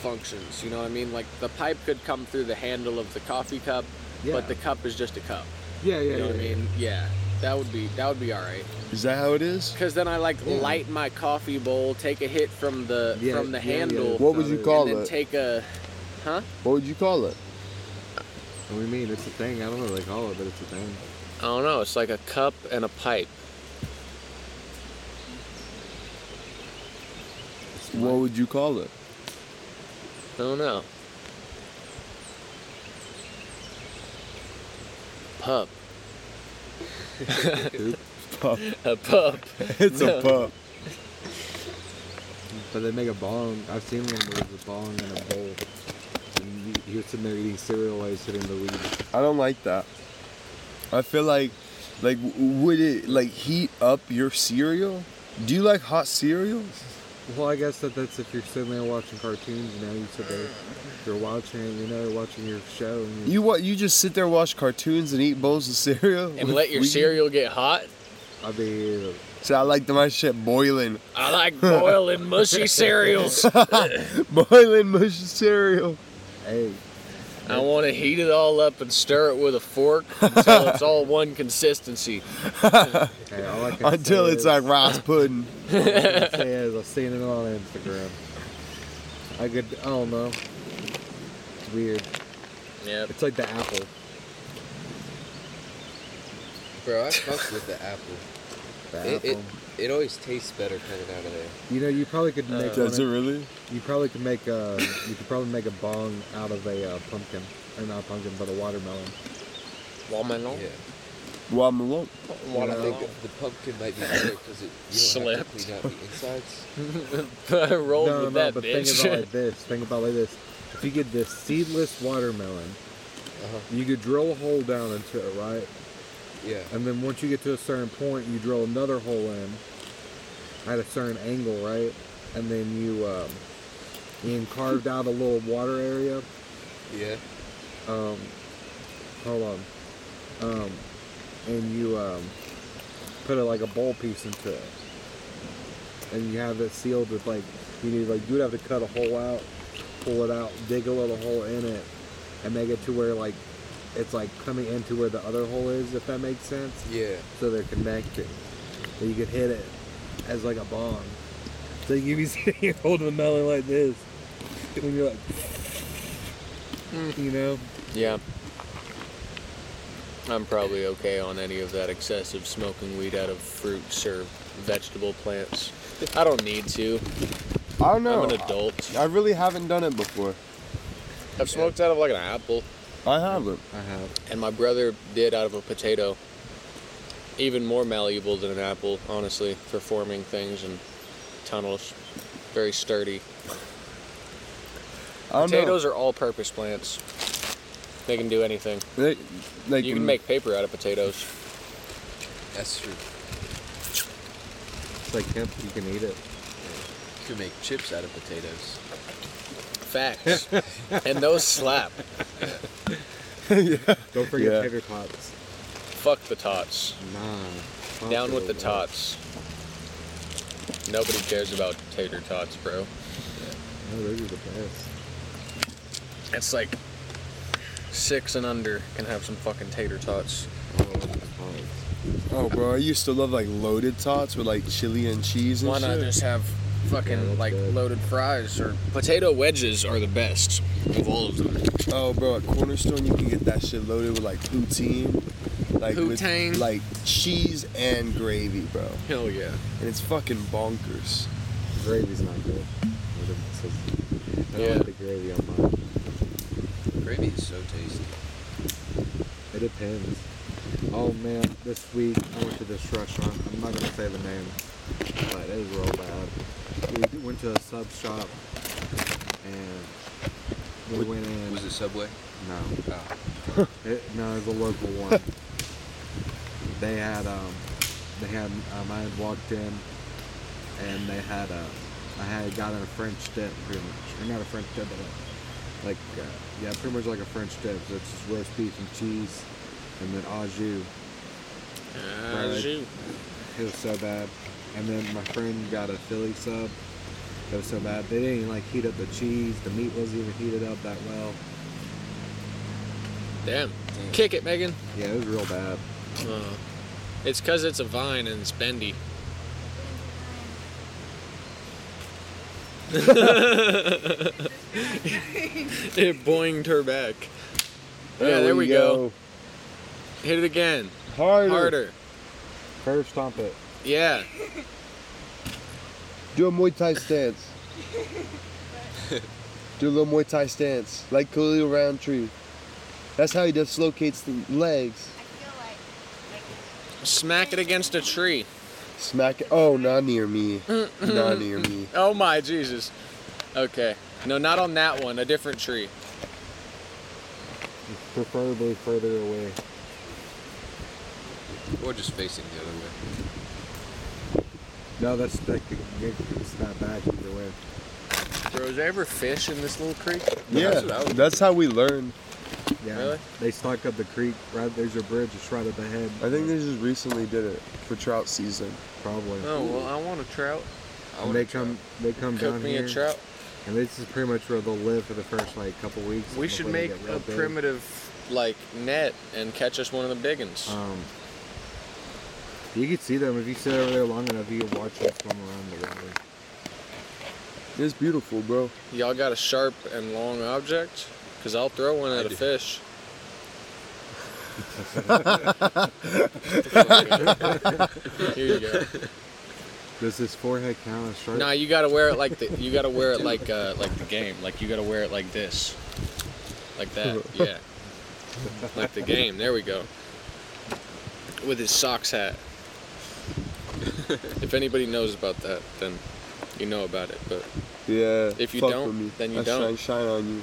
Speaker 1: functions. You know what I mean? Like the pipe could come through the handle of the coffee cup,
Speaker 6: Yeah.
Speaker 1: but the cup is just a cup.
Speaker 6: Yeah, yeah,
Speaker 1: You know
Speaker 6: yeah.
Speaker 1: what I mean? Yeah. That would be that would be all right.
Speaker 2: Is that how it is?
Speaker 1: Cause then I like light my coffee bowl, take a hit from the
Speaker 6: Yeah,
Speaker 1: from the
Speaker 6: yeah, yeah.
Speaker 1: handle,
Speaker 2: What would you
Speaker 6: And
Speaker 2: call
Speaker 1: and then
Speaker 2: it?
Speaker 1: take a
Speaker 2: What would you call it?
Speaker 6: What do you mean? It's a thing. I don't know what they call it, but it's a thing.
Speaker 1: I don't know. It's like a cup and a pipe.
Speaker 2: What would you call it?
Speaker 1: I don't know. Pup.
Speaker 2: Pup.
Speaker 1: A pup.
Speaker 2: It's a pup.
Speaker 6: But they make a bong. I've seen one where there's a bong and a bowl. And you- you're sitting there eating cereal while you're sitting in the weed.
Speaker 2: I don't like that. I feel like, like, w- would it like heat up your cereal? Do you like hot cereal?
Speaker 6: Well, I guess that that's if you're sitting there watching cartoons. You know, you sit there, you're watching it. You know, you're watching your show. And you
Speaker 2: You what? You just sit there, watch cartoons, and eat bowls of cereal.
Speaker 1: And
Speaker 2: with
Speaker 1: let your
Speaker 2: weed?
Speaker 1: cereal get hot.
Speaker 6: I mean,
Speaker 2: So I like my shit boiling,
Speaker 1: I like boiling mushy cereals.
Speaker 2: boiling mushy cereal.
Speaker 6: hey,
Speaker 1: I want to heat it all up and stir it with a fork until it's all one consistency.
Speaker 6: hey, all I can
Speaker 2: Until
Speaker 6: say
Speaker 2: it's
Speaker 6: is-
Speaker 2: like rice pudding.
Speaker 6: I say is I've seen it on Instagram. I could, I don't know. It's weird.
Speaker 1: Yep.
Speaker 6: It's like the apple.
Speaker 5: Bro, I fucks with the apple.
Speaker 6: The
Speaker 5: It,
Speaker 6: apple.
Speaker 5: it, it always tastes better coming out of there.
Speaker 6: you know, you probably could make.
Speaker 2: Does it
Speaker 6: one,
Speaker 2: really?
Speaker 6: you probably could make a. You could probably make a bong out of a uh, pumpkin, or not a pumpkin, but a watermelon.
Speaker 1: Watermelon.
Speaker 5: Yeah.
Speaker 2: Well, I'm alone.
Speaker 5: I
Speaker 1: Watermelon.
Speaker 5: think the pumpkin might be better because it you don't have to
Speaker 1: Slipped.
Speaker 5: clean out the insides.
Speaker 1: Rolled
Speaker 6: no,
Speaker 1: with
Speaker 6: no,
Speaker 1: that
Speaker 6: but
Speaker 1: bitch.
Speaker 6: think about it like this. Think about it like this. If you get this seedless watermelon,
Speaker 1: Uh-huh.
Speaker 6: you could drill a hole down into it, right?
Speaker 5: Yeah.
Speaker 6: And then once you get to a certain point, you drill another hole in at a certain angle, right? And then you um, you carved out a little water area.
Speaker 5: Yeah.
Speaker 6: Um, hold on. Um, and you um, put a, like a bowl piece into it, and you have it sealed with like you need like you would have to cut a hole out, pull it out, dig a little hole in it, and make it to where like it's like coming into where the other hole is, if that makes sense
Speaker 5: Yeah.
Speaker 6: so they're connected. So you could hit it as like a bomb. So you be sitting here holding the melon like this, and you're like, you know,
Speaker 1: Yeah. I'm probably okay on any of that excessive smoking weed out of fruits or vegetable plants. I don't need to.
Speaker 2: I don't know.
Speaker 1: I'm an adult.
Speaker 2: I really haven't done it before.
Speaker 1: I've smoked out of like an apple,
Speaker 2: I haven't.
Speaker 6: I have.
Speaker 1: and my brother did out of a potato. Even more malleable than an apple, honestly, for forming things and tunnels. Very sturdy.
Speaker 2: I don't
Speaker 1: Potatoes are all purpose plants. They can do anything.
Speaker 2: Know. They, they
Speaker 1: you can make paper out of potatoes.
Speaker 5: That's true.
Speaker 6: It's like hemp. You can eat it.
Speaker 5: You can make chips out of potatoes.
Speaker 1: Facts. and those slap.
Speaker 6: Don't
Speaker 2: Yeah.
Speaker 6: forget yeah. tater tots.
Speaker 1: Fuck the tots.
Speaker 6: Nah. Tots
Speaker 1: Down
Speaker 6: are
Speaker 1: with the
Speaker 6: best.
Speaker 1: tots. Nobody cares about tater tots, bro.
Speaker 6: No, those are the best.
Speaker 1: It's like six and under can have some fucking tater tots.
Speaker 6: I love the tots.
Speaker 2: Oh, bro, I used to love like loaded tots with like chili and cheese and
Speaker 1: Why
Speaker 2: shit.
Speaker 1: not just have
Speaker 6: Yeah,
Speaker 1: fucking
Speaker 6: that's
Speaker 1: like
Speaker 6: good.
Speaker 1: loaded fries or potato wedges are the best of all of them.
Speaker 2: Oh, bro, at Cornerstone you can get that shit loaded with like poutine, like
Speaker 1: Poutine.
Speaker 2: with like cheese and gravy, bro,
Speaker 1: Hell yeah.
Speaker 2: and it's fucking bonkers.
Speaker 6: Gravy's not good. What if it says- I don't
Speaker 1: Yeah.
Speaker 6: like the gravy on mine.
Speaker 5: Gravy is so tasty.
Speaker 6: It depends. Oh man, this week I went to this restaurant. I'm not gonna say the name, but it was real bad. We went to a sub shop and we went in.
Speaker 5: Was it Subway?
Speaker 6: No,
Speaker 5: Oh.
Speaker 6: it, no, it was a local one. they had um, they had um, I had walked in, and they had uh, I had gotten a French dip pretty much, or not a French dip, but a, like uh, yeah, pretty much like a French dip. So it's just roast beef and cheese, and then au jus. Right.
Speaker 1: shoot.
Speaker 6: It was so bad. And then my friend got a Philly sub. It was so bad. They didn't even like heat up the cheese. The meat wasn't even heated up that well.
Speaker 1: Damn. Kick it, Megan.
Speaker 6: Yeah, it was real bad.
Speaker 1: Uh, it's because it's a vine and it's bendy. it boinged her back. yeah, there we go. Hit it again.
Speaker 2: Harder.
Speaker 1: Harder.
Speaker 6: Curve stomp it.
Speaker 1: Yeah.
Speaker 2: Do a Muay Thai stance. Do a little Muay Thai stance, like Khalil Roundtree. That's how he dislocates the legs.
Speaker 3: I feel like
Speaker 1: Smack it against a tree.
Speaker 2: Smack it. Oh, not near me. not near me.
Speaker 1: Oh my Jesus. Okay. No, not on that one. A different tree.
Speaker 6: Preferably further away.
Speaker 5: Or just facing the other way.
Speaker 6: No, that's that could get snap back either way.
Speaker 1: Bro, is there ever fish in this little creek?
Speaker 2: Yeah,
Speaker 5: That's what I would-
Speaker 2: that's how we learn.
Speaker 6: Yeah.
Speaker 1: Really?
Speaker 6: They stock up the creek. Right there's a bridge. It's right up ahead.
Speaker 2: I think they just recently did it for trout season.
Speaker 6: probably.
Speaker 1: Oh well, I want a trout.
Speaker 5: I
Speaker 6: And
Speaker 5: wanna
Speaker 6: they
Speaker 5: try.
Speaker 6: come. They come
Speaker 1: Cook
Speaker 6: down
Speaker 1: me
Speaker 6: here.
Speaker 1: a trout.
Speaker 6: And this is pretty much where they'll live for the first like couple weeks.
Speaker 1: We
Speaker 6: before
Speaker 1: should
Speaker 6: they
Speaker 1: make
Speaker 6: get real
Speaker 1: a
Speaker 6: big.
Speaker 1: primitive like net and catch us one of the biggins.
Speaker 6: Um, you could see them if you sit over there long enough. You can watch them swim around the river.
Speaker 2: It's beautiful, bro.
Speaker 1: Y'all got a sharp and long object? Cause I'll throw one at a
Speaker 5: do.
Speaker 1: fish. Here you go.
Speaker 6: Does this forehead count as sharp?
Speaker 1: Nah, you gotta wear it like the you gotta wear it like uh like the game. Like you gotta wear it like this. Like that, yeah. Like the game. There we go. With his socks hat. if anybody knows about that, then you know about it. But
Speaker 2: Yeah.
Speaker 1: If you
Speaker 2: fuck
Speaker 1: don't,
Speaker 2: with me.
Speaker 1: then you
Speaker 2: I
Speaker 1: don't.
Speaker 2: Shine, shine on you,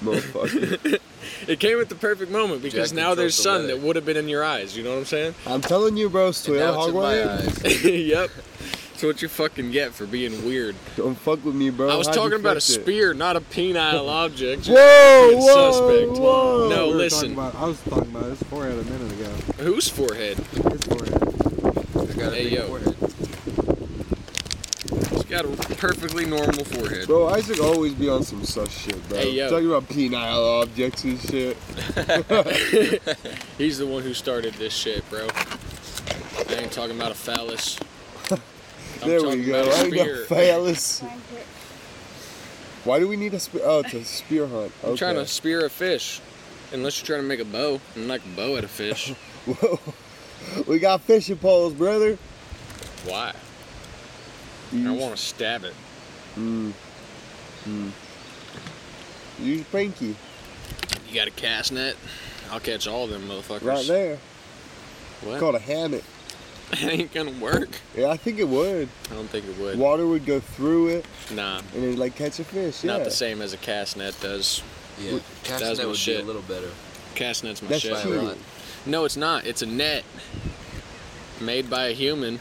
Speaker 2: motherfucker.
Speaker 1: it came at the perfect moment because
Speaker 5: Jack
Speaker 1: now there's
Speaker 5: controls the
Speaker 1: sun
Speaker 5: weather.
Speaker 1: that would have been in your eyes. You know what I'm saying?
Speaker 2: I'm telling you, bro.
Speaker 5: And
Speaker 2: Swear,
Speaker 5: now it's in my
Speaker 2: hogwash.
Speaker 5: eyes.
Speaker 1: yep. That's what you fucking get for being weird.
Speaker 2: Don't fuck with me, bro.
Speaker 1: I was
Speaker 2: How'd you
Speaker 1: talking about a
Speaker 2: fix it?
Speaker 1: spear, not a penile object.
Speaker 2: Whoa,
Speaker 1: You're a
Speaker 2: whoa,
Speaker 1: suspect.
Speaker 2: whoa.
Speaker 1: No,
Speaker 6: We were
Speaker 1: listen.
Speaker 6: talking About, I was talking about his forehead a minute ago.
Speaker 1: Whose forehead?
Speaker 6: His forehead.
Speaker 5: I got a
Speaker 1: Hey,
Speaker 5: big
Speaker 1: yo.
Speaker 5: forehead.
Speaker 1: He's got a perfectly normal forehead.
Speaker 2: Bro, Isaac always be on some sus shit, bro.
Speaker 1: Hey, yo.
Speaker 2: Talking about penile objects and shit.
Speaker 1: He's the one who started this shit, bro. I ain't talking about a phallus. I'm
Speaker 2: there
Speaker 1: talking
Speaker 2: we go.
Speaker 1: about a
Speaker 2: I got
Speaker 1: spear.
Speaker 2: phallus.
Speaker 3: trying to
Speaker 2: Why do we need a spear? Oh, it's a spear hunt. Okay.
Speaker 1: I'm trying to spear a fish. Unless you're trying to make a bow, I'm not gonna bow at a fish.
Speaker 2: Whoa. We got fishing poles, brother.
Speaker 1: Why? I
Speaker 2: Use-
Speaker 1: want to stab it.
Speaker 2: Mm. Mm. Use pinky.
Speaker 1: You got a cast net? I'll catch all them motherfuckers.
Speaker 2: Right there.
Speaker 1: What?
Speaker 2: Called a hammock.
Speaker 1: It ain't gonna work.
Speaker 2: Yeah, I think it would.
Speaker 1: I don't think it would.
Speaker 2: Water would go through it
Speaker 1: Nah,
Speaker 2: and it'd like catch a fish. Yeah.
Speaker 1: not the same as a cast net does.
Speaker 5: Yeah,
Speaker 1: That's
Speaker 5: casting that would be
Speaker 1: bullshit.
Speaker 5: a little better.
Speaker 1: Cast net's my
Speaker 2: That's
Speaker 1: shit.
Speaker 5: By a
Speaker 2: cheating.
Speaker 5: lot.
Speaker 1: No, it's not. It's a net made by a human,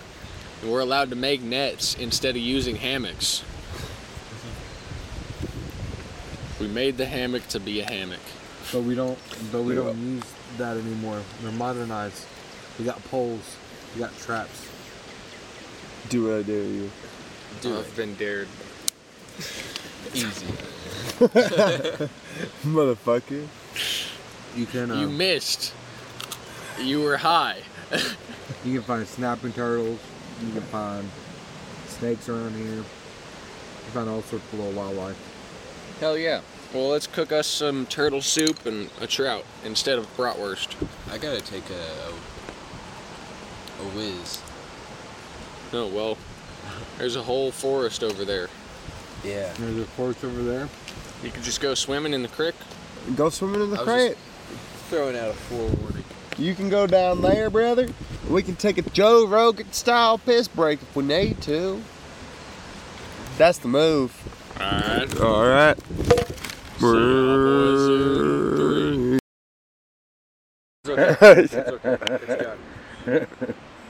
Speaker 1: and we're allowed to make nets instead of using hammocks. We made the hammock to be a hammock.
Speaker 6: But we don't. But we don't use that anymore. We're modernized. We got poles. We got traps.
Speaker 2: Do what I dare you.
Speaker 5: Do
Speaker 1: I've been dared.
Speaker 5: it easy.
Speaker 2: Motherfucker.
Speaker 6: You can. Uh,
Speaker 1: You
Speaker 6: you,
Speaker 1: missed. You were high.
Speaker 6: can find snapping turtles. You can find snakes around here. You find all sorts of little wildlife.
Speaker 1: Hell yeah. Well, let's cook us some turtle soup and a trout instead of bratwurst.
Speaker 5: I gotta take a a, a whiz.
Speaker 1: Oh well, there's a whole forest over there.
Speaker 5: Yeah.
Speaker 6: There's a forest over there.
Speaker 1: You could just go swimming in the creek.
Speaker 2: Go swimming in the
Speaker 5: I was just-
Speaker 2: creek.
Speaker 5: Throwing out a forewarning.
Speaker 2: You can go down there, brother. We can take a Joe Rogan style piss break if we need to. That's the move.
Speaker 1: All right.
Speaker 2: All right.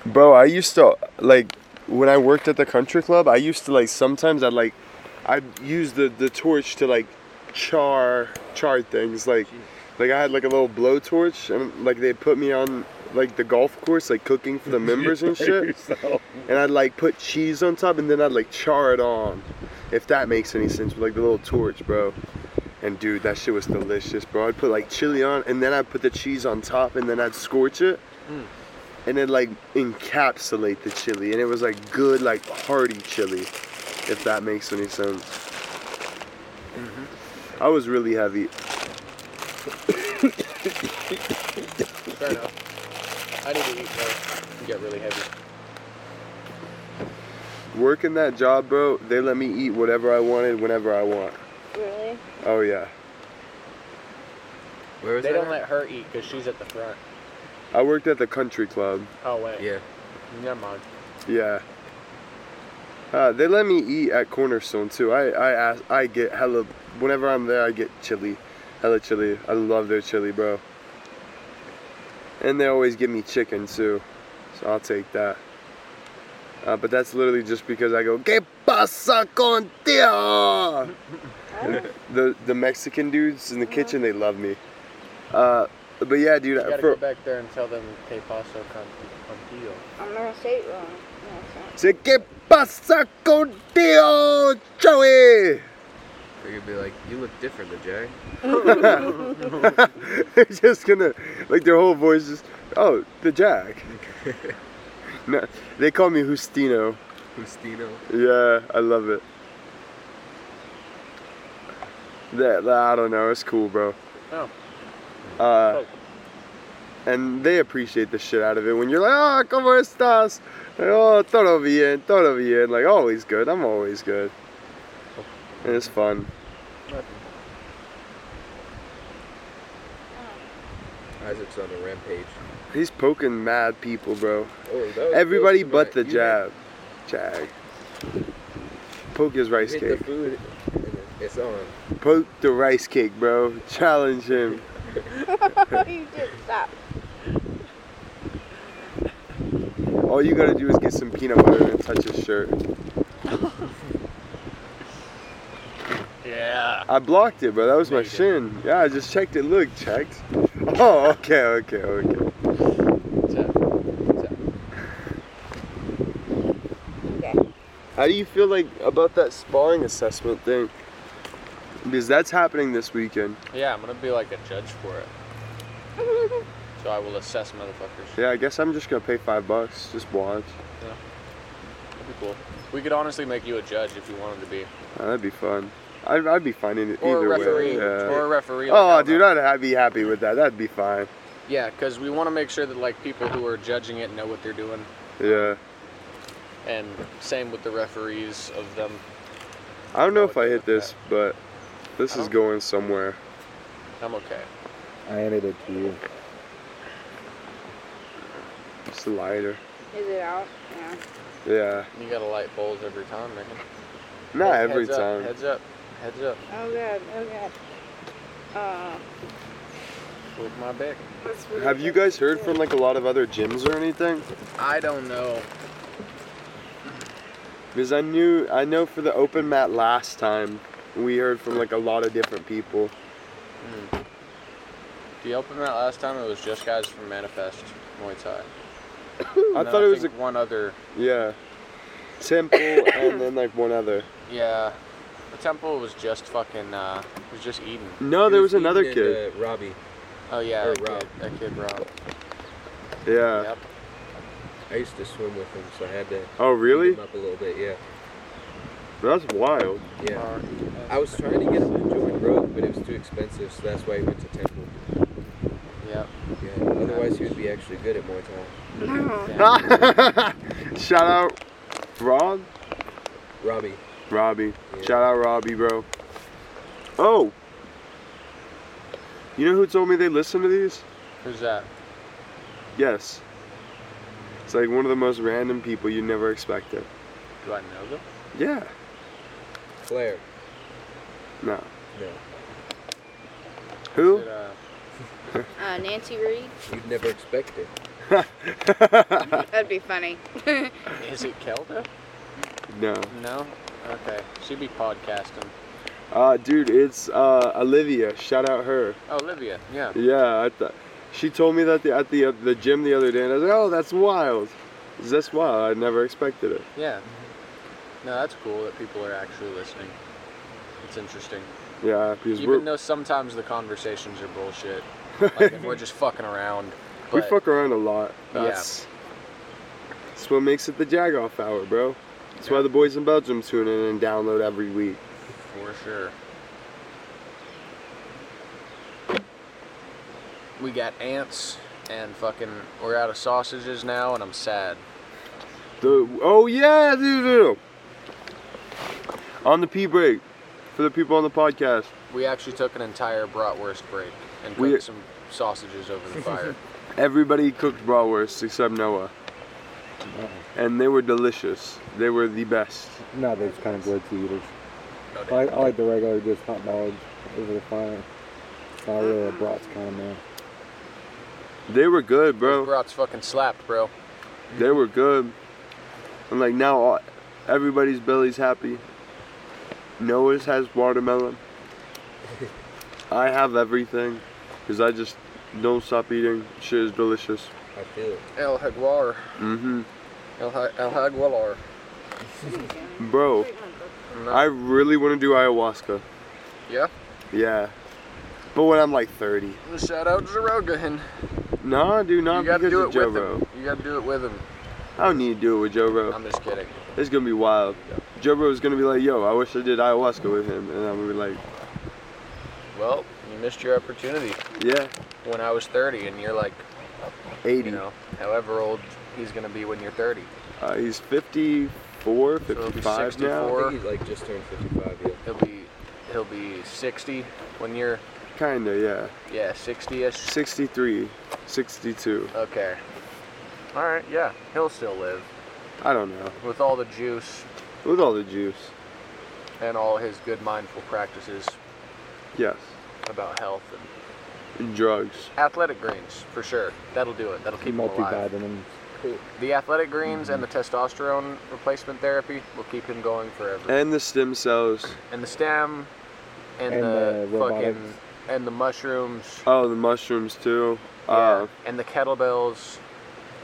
Speaker 2: Bro, I used to like when I worked at the country club. I used to like sometimes I'd like I'd use the the torch to like char char things like like I had like a little blowtorch and like they put me on like the golf course like cooking for the members and shit and I'd like put cheese on top and then I'd like char it on if that makes any sense with like the little torch bro and dude that shit was delicious bro I'd put like chili on and then I'd put the cheese on top and then I'd scorch it and it like encapsulate the chili and it was like good like hearty chili if that makes any sense I was really heavy
Speaker 1: Fair enough. I need to eat though. You get really heavy.
Speaker 2: Working that job, bro, they let me eat whatever I wanted whenever I want.
Speaker 8: Really?
Speaker 2: Oh yeah.
Speaker 5: Where was
Speaker 9: They
Speaker 5: that?
Speaker 9: don't let her eat because she's at the front.
Speaker 2: I worked at the country club.
Speaker 9: Oh wait.
Speaker 5: yeah.
Speaker 9: Never mind.
Speaker 2: Yeah. Uh, they let me eat at Cornerstone too. I I ask, I get hella whenever I'm there. I get chili, hella chili. I love their chili, bro. And they always give me chicken too, so I'll take that. Uh, but that's literally just because I go que pasa contigo. And the the Mexican dudes in the kitchen they love me. Uh, but yeah, dude.
Speaker 9: Uh-huh. You gotta
Speaker 2: for-
Speaker 9: go back there and tell them que paso con- contigo.
Speaker 8: I'm gonna say it wrong. No, it's not.
Speaker 2: Say, ¿Qué pasa contigo, Joey?
Speaker 5: They're gonna be like, you look different, Jay.
Speaker 2: They're just gonna, like, their whole voice is, oh, the Jack. no, they call me Justino.
Speaker 5: Justino.
Speaker 2: Yeah, I love it. That, I don't know, it's cool, bro.
Speaker 9: Oh.
Speaker 2: Uh,
Speaker 9: Cool.
Speaker 2: and they appreciate the shit out of it when you're like, ah, ¿cómo estás? And, oh, todo bien, todo bien. Like, always good, I'm always good. And it's fun.
Speaker 5: Isaac's on a rampage.
Speaker 2: He's poking mad people, bro.
Speaker 5: Oh, that was close
Speaker 2: Everybody
Speaker 5: to
Speaker 2: but
Speaker 5: my-
Speaker 2: the
Speaker 5: you
Speaker 2: jab. Jag. Poke his
Speaker 5: Hit,
Speaker 2: rice
Speaker 5: you hit
Speaker 2: cake.
Speaker 5: the food. and It's on.
Speaker 2: Poke the rice cake, bro. Challenge him.
Speaker 8: you did stop.
Speaker 2: All you gotta do is get some peanut butter and touch his shirt.
Speaker 9: Yeah.
Speaker 2: I blocked it, bro. That was my
Speaker 9: you
Speaker 2: shin. Yeah, I just checked it. Look, checked. Oh, okay, okay, okay.
Speaker 8: Okay.
Speaker 2: How do you feel like about that sparring assessment thing? Because that's happening this weekend.
Speaker 9: Yeah, I'm gonna be like a judge for it. So I will assess motherfuckers.
Speaker 2: Yeah, I guess I'm just gonna pay five bucks. Just watch.
Speaker 9: That'd be cool. We could honestly make you a judge if you wanted to be.
Speaker 2: Oh, that'd be fun. I'd, I'd be fine in it
Speaker 1: Or
Speaker 2: either
Speaker 1: a referee.
Speaker 2: way. yeah.
Speaker 1: Or a referee. like, I
Speaker 2: oh,
Speaker 1: don't
Speaker 2: dude,
Speaker 1: know.
Speaker 2: I'd ha- be happy with that. That'd be fine.
Speaker 1: Yeah, because we want to make sure that like people who are judging it know what they're doing,
Speaker 2: Yeah.
Speaker 1: and same with the referees of them.
Speaker 2: I don't know
Speaker 1: I
Speaker 2: if I
Speaker 1: would
Speaker 2: hit
Speaker 1: do
Speaker 2: this, but this
Speaker 1: I
Speaker 2: is
Speaker 1: don't-
Speaker 2: going somewhere.
Speaker 1: I'm okay.
Speaker 6: I handed it to you.
Speaker 2: It's a lighter.
Speaker 8: Is it out? Yeah.
Speaker 2: Yeah.
Speaker 1: You gotta light bowls every time, Megan.
Speaker 2: Not
Speaker 1: Heads
Speaker 2: every
Speaker 1: up,
Speaker 2: time.
Speaker 1: heads up, heads up
Speaker 8: Oh god. Oh god. Uh,
Speaker 1: with my back.
Speaker 8: that's really
Speaker 2: Have you
Speaker 8: good.
Speaker 2: guys heard from like a lot of other gyms or anything?
Speaker 1: I don't know.
Speaker 2: Because I knew I know for the open mat last time we heard from like a lot of different people.
Speaker 1: The open mat last time it was just guys from Manifest Muay Thai.
Speaker 2: I thought it was a,
Speaker 1: like one other.
Speaker 2: yeah. Temple and then like one other.
Speaker 1: Yeah, the temple was just fucking. Uh, it was just Eden.
Speaker 2: No,
Speaker 5: He
Speaker 2: Oh, there
Speaker 5: was
Speaker 2: was another
Speaker 5: eating
Speaker 2: kid.
Speaker 5: at, uh, Robbie.
Speaker 1: Oh yeah,
Speaker 5: Or
Speaker 1: that
Speaker 5: Rob.
Speaker 1: kid, that kid Rob. uh,
Speaker 2: Yeah.
Speaker 1: Yep.
Speaker 5: I used to swim with him, so I had to
Speaker 2: Oh
Speaker 5: beat
Speaker 2: really?
Speaker 5: him up a little bit. Yeah,
Speaker 2: That's wild.
Speaker 5: yeah. I was trying to get him to join Rogue, but it was too expensive, so that's why he went to Temple.
Speaker 1: Yep.
Speaker 5: Yeah. Otherwise, he would be actually good at Muay Thai.
Speaker 8: No.
Speaker 2: Shout out Rob?
Speaker 5: Robbie.
Speaker 2: Robbie.
Speaker 5: Yeah.
Speaker 2: Shout out Robbie, bro. Oh. You know who told me they listen to these?
Speaker 1: Who's that?
Speaker 2: Yes. It's like one of the most random people you never expect it.
Speaker 1: Do I know them?
Speaker 2: Yeah.
Speaker 5: Claire.
Speaker 2: No.
Speaker 5: No.
Speaker 2: Who?
Speaker 1: Is it, uh,
Speaker 3: Uh, Nancy Reed.
Speaker 5: You'd never expect it.
Speaker 8: That'd be funny.
Speaker 1: uh, is it Kelda?
Speaker 2: No.
Speaker 1: No. Okay. She'd be podcasting.
Speaker 2: Uh, dude, it's uh, Olivia. Shout out her.
Speaker 1: Oh, Olivia. Yeah.
Speaker 2: Yeah, I th- she told me that the, at the uh, the gym the other day, and I was like, "Oh, that's wild. That's wild. I never expected it."
Speaker 1: Yeah. No, that's cool that people are actually listening. It's interesting.
Speaker 2: Yeah, because
Speaker 1: Even
Speaker 2: we're,
Speaker 1: though sometimes the conversations are bullshit. Like, and we're just fucking around.
Speaker 2: we
Speaker 1: But
Speaker 2: fuck around a lot.
Speaker 1: Yeah.
Speaker 2: That's that's what makes it the jagoff hour, bro. That's why the boys in Belgium tune in and download every week.
Speaker 1: for sure. We got ants and fucking. We're out of sausages now, and I'm sad.
Speaker 2: The oh yeah, dude, dude. On the pee break for the people on the podcast.
Speaker 1: We actually took an entire bratwurst break and cooked
Speaker 2: We-
Speaker 1: some sausages over the fire.
Speaker 2: Everybody cooked bratwursts except Noah. And they were delicious. They were the best.
Speaker 6: No, they're kind of good to eaters.
Speaker 1: No
Speaker 6: I, I like the regular just hot dogs over the fire. Not really a brats kind of man.
Speaker 2: They were good,
Speaker 1: Those
Speaker 2: bro.
Speaker 1: brats fucking slapped, bro.
Speaker 2: They were good. And like now, all, everybody's belly's happy. Noah's has watermelon. I have everything, cause I just don't stop eating. Shit is delicious.
Speaker 5: I feel it.
Speaker 1: El Jaguar.
Speaker 2: hmm
Speaker 1: El, Ja- El Jaguar.
Speaker 2: Bro, I really want to do ayahuasca.
Speaker 1: Yeah?
Speaker 2: Yeah. But when I'm like 30.
Speaker 1: Shout out to Rogan.
Speaker 2: Nah, dude, not
Speaker 1: You gotta
Speaker 2: because
Speaker 1: do
Speaker 2: of
Speaker 1: it
Speaker 2: Joe
Speaker 1: with
Speaker 2: Bro.
Speaker 1: him. You gotta do it with him.
Speaker 2: I don't need to do it with Joe Bro.
Speaker 1: I'm just kidding.
Speaker 2: It's gonna be wild. Joe Bro's gonna be like, yo, I wish I did ayahuasca with him. And I'm gonna be like,
Speaker 1: Well, you missed your opportunity
Speaker 2: yeah,
Speaker 1: when I was 30, and you're like,
Speaker 2: 80.
Speaker 1: you know, however old he's gonna be when you're 30.
Speaker 2: uh, he's 54,
Speaker 1: it'll be
Speaker 2: 55 now.
Speaker 5: I
Speaker 1: 64. Or-
Speaker 5: think he like just turned 55. Yeah.
Speaker 1: He'll be, he'll be 60 when you're,
Speaker 2: Kinda, yeah.
Speaker 1: yeah, 60ish.
Speaker 2: 63, 62.
Speaker 1: Okay. All right. Yeah, he'll still live
Speaker 2: I don't know.
Speaker 1: with all the juice
Speaker 2: With all the juice.
Speaker 1: and all his good mindful practices
Speaker 2: Yes.
Speaker 1: about health and
Speaker 2: And drugs.
Speaker 1: athletic greens for sure. That'll do it. That'll keep him alive.
Speaker 6: Multivitamins.
Speaker 1: The athletic greens and the testosterone replacement therapy will keep him going forever.
Speaker 2: And the stem cells.
Speaker 1: and the stem and,
Speaker 6: And
Speaker 1: the, Uh,
Speaker 6: the robotics.
Speaker 1: fucking and the mushrooms
Speaker 2: Oh, the mushrooms too.
Speaker 1: yeah,
Speaker 2: Uh,
Speaker 1: and the kettlebells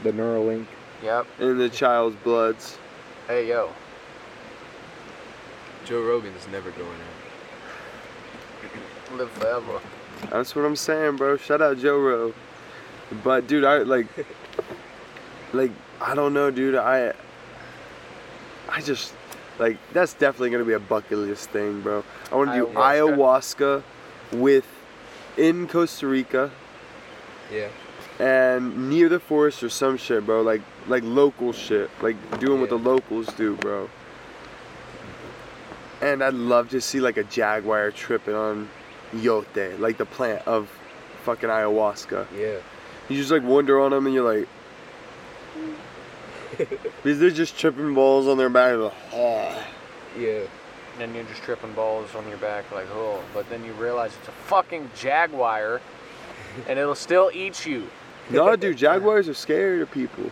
Speaker 6: The Neuralink.
Speaker 1: yep
Speaker 2: and the child's bloods.
Speaker 1: hey yo
Speaker 5: Joe Rogan is never going out.
Speaker 1: live forever
Speaker 2: That's what I'm saying, bro. Shout out Joe Row. But dude, I like like I don't know, dude. I I just Like that's definitely gonna be a bucket list thing, bro. I want to do
Speaker 1: Ayahuasca.
Speaker 2: ayahuasca with in Costa Rica
Speaker 5: Yeah.
Speaker 2: and near the forest or some shit, bro. Like like local shit, like doing what the
Speaker 5: Yeah.
Speaker 2: locals do, bro. And I'd love to see like a jaguar tripping on yote, like the plant of fucking ayahuasca.
Speaker 5: Yeah.
Speaker 2: You just like wander on them and you're like, because they're just tripping balls on their back. Like, "Ah."
Speaker 5: Yeah.
Speaker 1: Then you're just tripping balls on your back, like, oh. But then you realize it's a fucking jaguar, and it'll still eat you.
Speaker 2: Nah, dude, jaguars are scared of people.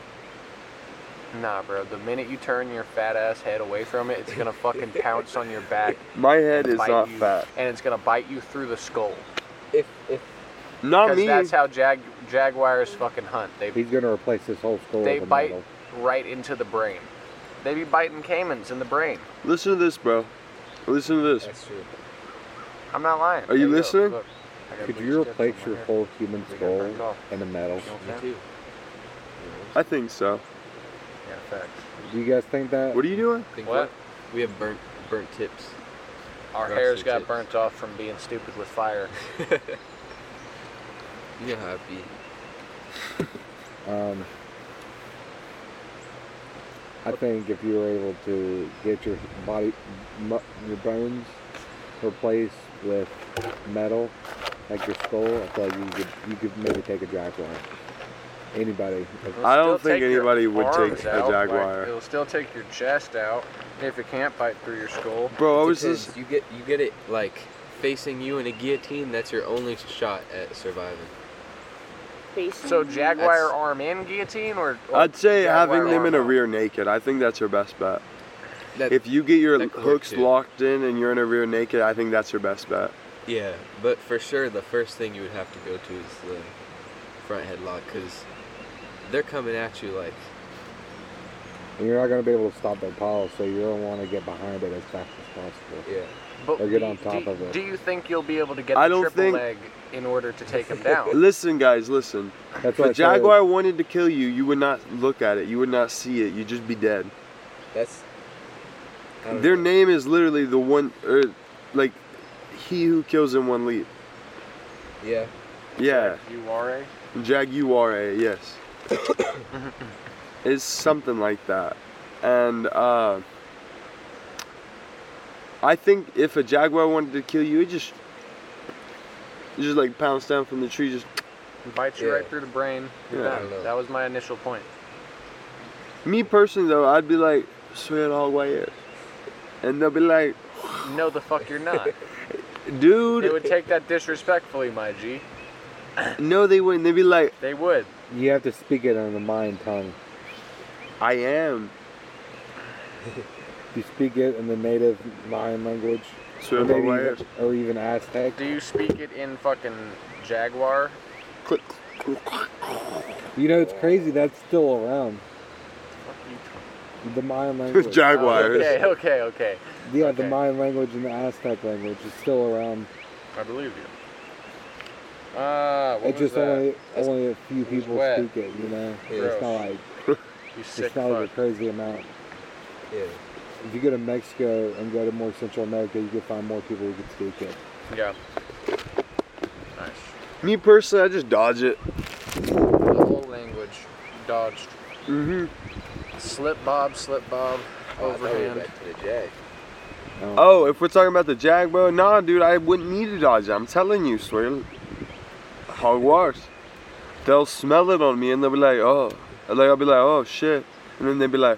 Speaker 1: Nah, bro. The minute you turn your fat ass head away from it, it's gonna fucking pounce on your back.
Speaker 2: My head
Speaker 1: and
Speaker 2: is
Speaker 1: bite
Speaker 2: not
Speaker 1: you,
Speaker 2: fat.
Speaker 1: And it's gonna bite you through the skull.
Speaker 5: If if
Speaker 2: Not
Speaker 1: Because
Speaker 2: me.
Speaker 1: that's how jag- jaguars fucking hunt. They
Speaker 6: He's gonna replace this whole skull
Speaker 1: they
Speaker 6: with a
Speaker 1: bite
Speaker 6: model.
Speaker 1: right into the brain. They be biting caimans in the brain.
Speaker 2: Listen to this, bro. Listen to this.
Speaker 5: that's true.
Speaker 1: I'm not lying.
Speaker 2: Are you
Speaker 1: There go.
Speaker 2: listening?
Speaker 1: Look, I got
Speaker 6: Could
Speaker 1: blue
Speaker 6: you
Speaker 1: tips
Speaker 6: replace
Speaker 1: on my
Speaker 6: your
Speaker 1: hair.
Speaker 6: whole
Speaker 1: We
Speaker 6: human
Speaker 1: got
Speaker 6: skull
Speaker 1: burnt off.
Speaker 6: in a
Speaker 1: You
Speaker 6: metal?
Speaker 1: know what
Speaker 5: Me
Speaker 1: I'm saying?
Speaker 5: too.
Speaker 2: I think so.
Speaker 1: Yeah, facts.
Speaker 6: Do you guys think that?
Speaker 2: What are you doing?
Speaker 5: Think
Speaker 1: What?
Speaker 5: what? We have burnt burnt tips.
Speaker 1: Our
Speaker 5: Rough
Speaker 1: hairs
Speaker 5: the
Speaker 1: got
Speaker 5: tips.
Speaker 1: burnt off from being stupid with fire.
Speaker 5: You know how it be.
Speaker 6: Um, I think if you were able to get your body, mu- your bones replaced with metal, like your skull, I feel like you could you could maybe take a jaguar. Anybody?
Speaker 1: It'll
Speaker 2: I don't
Speaker 1: still
Speaker 2: think
Speaker 1: take your
Speaker 2: anybody would take
Speaker 1: arms
Speaker 2: a
Speaker 1: out, like,
Speaker 2: jaguar.
Speaker 1: it'll still take your chest out if it can't bite through your skull.
Speaker 2: Bro, I was
Speaker 5: Depends.
Speaker 2: just.
Speaker 5: You get you get it like facing you in a guillotine. That's your only shot at surviving.
Speaker 1: So jaguar
Speaker 5: That's-
Speaker 1: arm in guillotine, or, or
Speaker 2: I'd say
Speaker 1: jaguar
Speaker 2: having them
Speaker 1: arm
Speaker 2: in a
Speaker 1: out?
Speaker 2: rear naked. I think that's your best bet.
Speaker 5: That,
Speaker 2: If you get your
Speaker 5: That could work
Speaker 2: hooks
Speaker 5: too.
Speaker 2: locked in and you're in a rear naked, I think that's your best bet.
Speaker 5: yeah, but for sure the first thing you would have to go to is the front headlock because they're coming at you like
Speaker 6: And you're not gonna be able to stop that pile, so you don't want to get behind it as fast as possible.
Speaker 5: yeah.
Speaker 1: But
Speaker 6: Or get
Speaker 1: do-
Speaker 6: on top
Speaker 1: do,
Speaker 6: of it.
Speaker 1: Do you think you'll be able to get
Speaker 2: I
Speaker 1: the
Speaker 2: don't
Speaker 1: triple
Speaker 2: think-
Speaker 1: leg in order to take him down?
Speaker 2: Listen, guys, listen. If
Speaker 6: That's why
Speaker 2: a jaguar wanted to kill you, you would not look at it. You would not see it. You'd just be dead.
Speaker 5: That's I don't
Speaker 2: Their
Speaker 5: know.
Speaker 2: name is literally the one, or like, he who kills in one leap.
Speaker 5: Yeah,
Speaker 2: Yeah,
Speaker 1: You are a.
Speaker 2: jaguar. Yes, it's something like that. And uh, I think if a jaguar wanted to kill you, it just, it just like pounce down from the tree. Just
Speaker 1: Bites you
Speaker 5: Yeah.
Speaker 1: right through the brain. You're
Speaker 2: Yeah.
Speaker 1: done. That was my initial point.
Speaker 2: me personally though, I'd be like, swear all way and they'll be like,
Speaker 1: No, the fuck you're not.
Speaker 2: dude,
Speaker 1: they would take that disrespectfully, my G.
Speaker 2: no, they wouldn't. They'd be like,
Speaker 1: They would.
Speaker 6: You have to speak it in the mind tongue.
Speaker 2: I am.
Speaker 6: If you speak it in the native Mayan language,
Speaker 2: Swear
Speaker 6: or
Speaker 2: all
Speaker 6: maybe
Speaker 2: way
Speaker 6: even, or even Aztec.
Speaker 1: Do you speak it in fucking Jaguar?
Speaker 2: Click, click, click.
Speaker 6: You know, it's crazy. That's still around.
Speaker 1: Fuck you.
Speaker 6: The Mayan language.
Speaker 2: Jaguars.
Speaker 1: Okay, okay, okay.
Speaker 6: yeah, the
Speaker 1: okay.
Speaker 6: Mayan language and the Aztec language is still around.
Speaker 1: I believe you. Ah, what
Speaker 6: It's
Speaker 1: was
Speaker 6: just
Speaker 1: that?
Speaker 6: only only a few
Speaker 1: was
Speaker 6: people
Speaker 1: wet.
Speaker 6: speak it. You know,
Speaker 1: Gross.
Speaker 6: it's not like
Speaker 1: you sick
Speaker 6: it's not
Speaker 1: fuck.
Speaker 6: like a crazy amount.
Speaker 5: yeah. Oh,
Speaker 6: If you go to Mexico and go to more Central America, you can find more people who can speak it.
Speaker 1: Yeah. Nice.
Speaker 2: Me personally, I just dodge it.
Speaker 1: The whole language dodged.
Speaker 2: hmm
Speaker 1: Slip bob, slip bob,
Speaker 5: Oh, I thought we were
Speaker 1: overhand.
Speaker 5: back to the jag.
Speaker 2: Oh, if we're talking about the Jag, bro, nah, dude, I wouldn't need to dodge it. I'm telling you, swear. Hogwash. They'll smell it on me and they'll be like, oh. Like, I'll be like, oh, shit. And then they'll be like,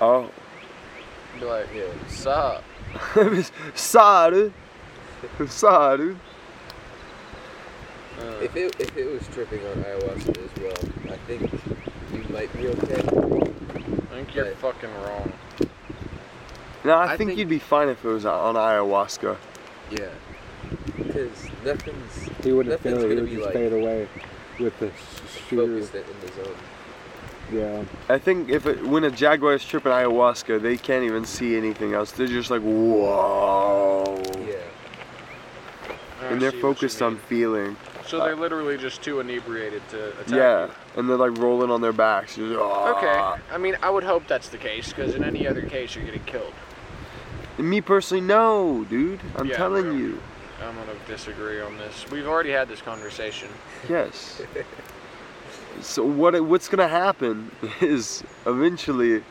Speaker 2: oh.
Speaker 1: Be like, yeah, sup.
Speaker 2: sorry. sorry.
Speaker 1: Uh,
Speaker 5: If it if it was tripping on ayahuasca as well, I think you might be okay.
Speaker 1: I think you're fucking wrong.
Speaker 2: No, I,
Speaker 5: I
Speaker 2: think,
Speaker 5: think-
Speaker 2: you'd be fine if it was on ayahuasca.
Speaker 5: Yeah, because nothing's
Speaker 6: He wouldn't
Speaker 5: Nothing's
Speaker 6: feel it. He
Speaker 5: gonna
Speaker 6: would
Speaker 5: be
Speaker 6: just
Speaker 5: like-
Speaker 6: fade away with the sh- shooter.
Speaker 5: focused in the zone.
Speaker 6: Yeah.
Speaker 2: I think if it, when a jaguar is tripping ayahuasca, they can't even see anything else. They're just like, whoa.
Speaker 5: Yeah.
Speaker 1: I
Speaker 2: And they're
Speaker 1: see what you
Speaker 2: focused
Speaker 1: mean.
Speaker 2: on feeling.
Speaker 1: So they're literally just too inebriated to attack
Speaker 2: Yeah, and they're like rolling on their backs. You're just,
Speaker 1: you.
Speaker 2: "Ah."
Speaker 1: Okay. I mean, I would hope that's the case because in any other case, you're getting killed.
Speaker 2: And me personally, no, dude. I'm
Speaker 1: Yeah,
Speaker 2: telling
Speaker 1: bro.
Speaker 2: you.
Speaker 1: I'm gonna disagree on this. We've already had this conversation.
Speaker 2: Yes. so what what's gonna happen is eventually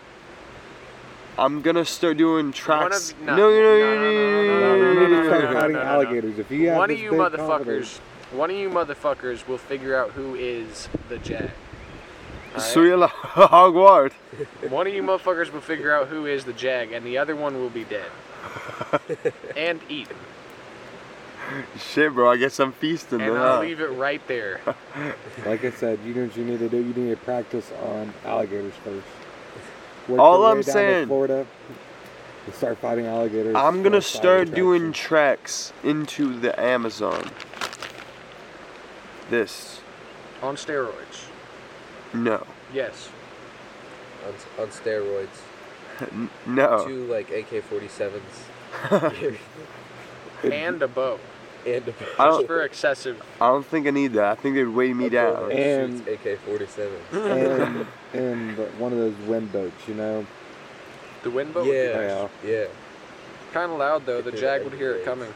Speaker 2: I'm gonna start doing tracks.
Speaker 1: no,
Speaker 2: no, no,
Speaker 1: no,
Speaker 2: no, no,
Speaker 1: no, no, no,
Speaker 6: You need
Speaker 1: no,
Speaker 6: to
Speaker 1: no,
Speaker 6: start
Speaker 1: no,
Speaker 6: fighting
Speaker 1: no, no.
Speaker 6: alligators. If you have
Speaker 1: One of
Speaker 6: this
Speaker 1: you
Speaker 6: big
Speaker 1: motherfuckers,
Speaker 6: confidence-
Speaker 1: one of you motherfuckers will figure out who is the jag. Alright?
Speaker 2: Surya Hogwart.
Speaker 1: One of you motherfuckers will figure out who is the jag, and the other one will be dead and eaten.
Speaker 2: Shit, bro. I guess I'm feasting.
Speaker 1: And
Speaker 2: man,
Speaker 1: I'll
Speaker 2: huh?
Speaker 1: leave it right there.
Speaker 6: Like I said, you know what you need to do. You need to practice on alligators first. Work
Speaker 2: All
Speaker 6: your way
Speaker 2: I'm
Speaker 6: down to
Speaker 2: saying-
Speaker 6: Florida, and start fighting alligators.
Speaker 2: I'm gonna
Speaker 6: for fire
Speaker 2: start doing
Speaker 6: protection.
Speaker 2: tracks into the Amazon. This.
Speaker 1: On steroids.
Speaker 2: No.
Speaker 1: Yes.
Speaker 5: On, on steroids.
Speaker 2: N- no.
Speaker 5: Two like AK-47s
Speaker 1: And a bow.
Speaker 5: and a
Speaker 2: I
Speaker 1: Just
Speaker 2: don't.
Speaker 1: for excessive.
Speaker 2: I don't think I need that. I think they'd weigh me down. Mm.
Speaker 6: And-
Speaker 5: AK-47.
Speaker 6: and in the, one of those wind boats, you know.
Speaker 1: The wind bow?
Speaker 5: Yeah, yeah.
Speaker 1: Kind of loud, though. The jag would hear it coming.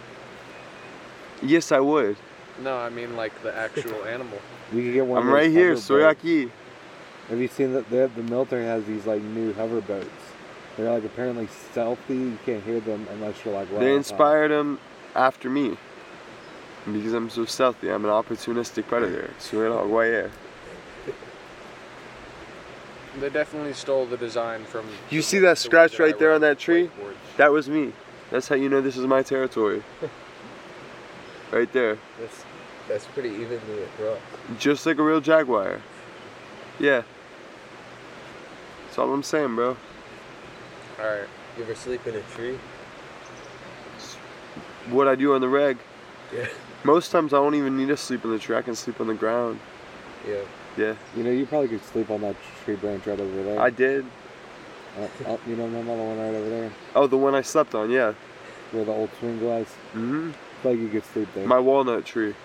Speaker 2: Yes, I would.
Speaker 1: No, I mean like the actual animal.
Speaker 6: You could get one.
Speaker 2: I'm
Speaker 6: of those
Speaker 2: right here,
Speaker 6: hover boats.
Speaker 2: Soyaki.
Speaker 6: Have you seen that? The, the military has these like new hover boats. They're like apparently stealthy. You can't hear them unless you're like. right on
Speaker 2: They
Speaker 6: top.
Speaker 2: inspired him after me. Because I'm so stealthy, I'm an opportunistic predator. So it all why yeah.
Speaker 1: They definitely stole the design from.
Speaker 2: You
Speaker 1: the-
Speaker 2: see that
Speaker 1: the
Speaker 2: scratch
Speaker 1: ones I
Speaker 2: right there
Speaker 1: wrote
Speaker 2: on that tree?
Speaker 1: whiteboards.
Speaker 2: That was me. That's how you know this is my territory. right there.
Speaker 5: That's that's pretty evenly across.
Speaker 2: Just like a real jaguar. Yeah. That's all I'm saying, bro.
Speaker 1: All right.
Speaker 5: You ever sleep in a tree?
Speaker 2: What I do on the reg.
Speaker 5: Yeah.
Speaker 2: Most times I don't even need to sleep on the tree. I can sleep on the ground.
Speaker 5: Yeah.
Speaker 2: Yeah.
Speaker 6: You know, you probably could sleep on that tree branch right over there.
Speaker 2: I did.
Speaker 6: Uh, oh, you know another one right over there
Speaker 2: Oh, the one I slept on, yeah.
Speaker 6: where the old swing was.
Speaker 2: hmm
Speaker 6: Like you could sleep there.
Speaker 2: My walnut tree.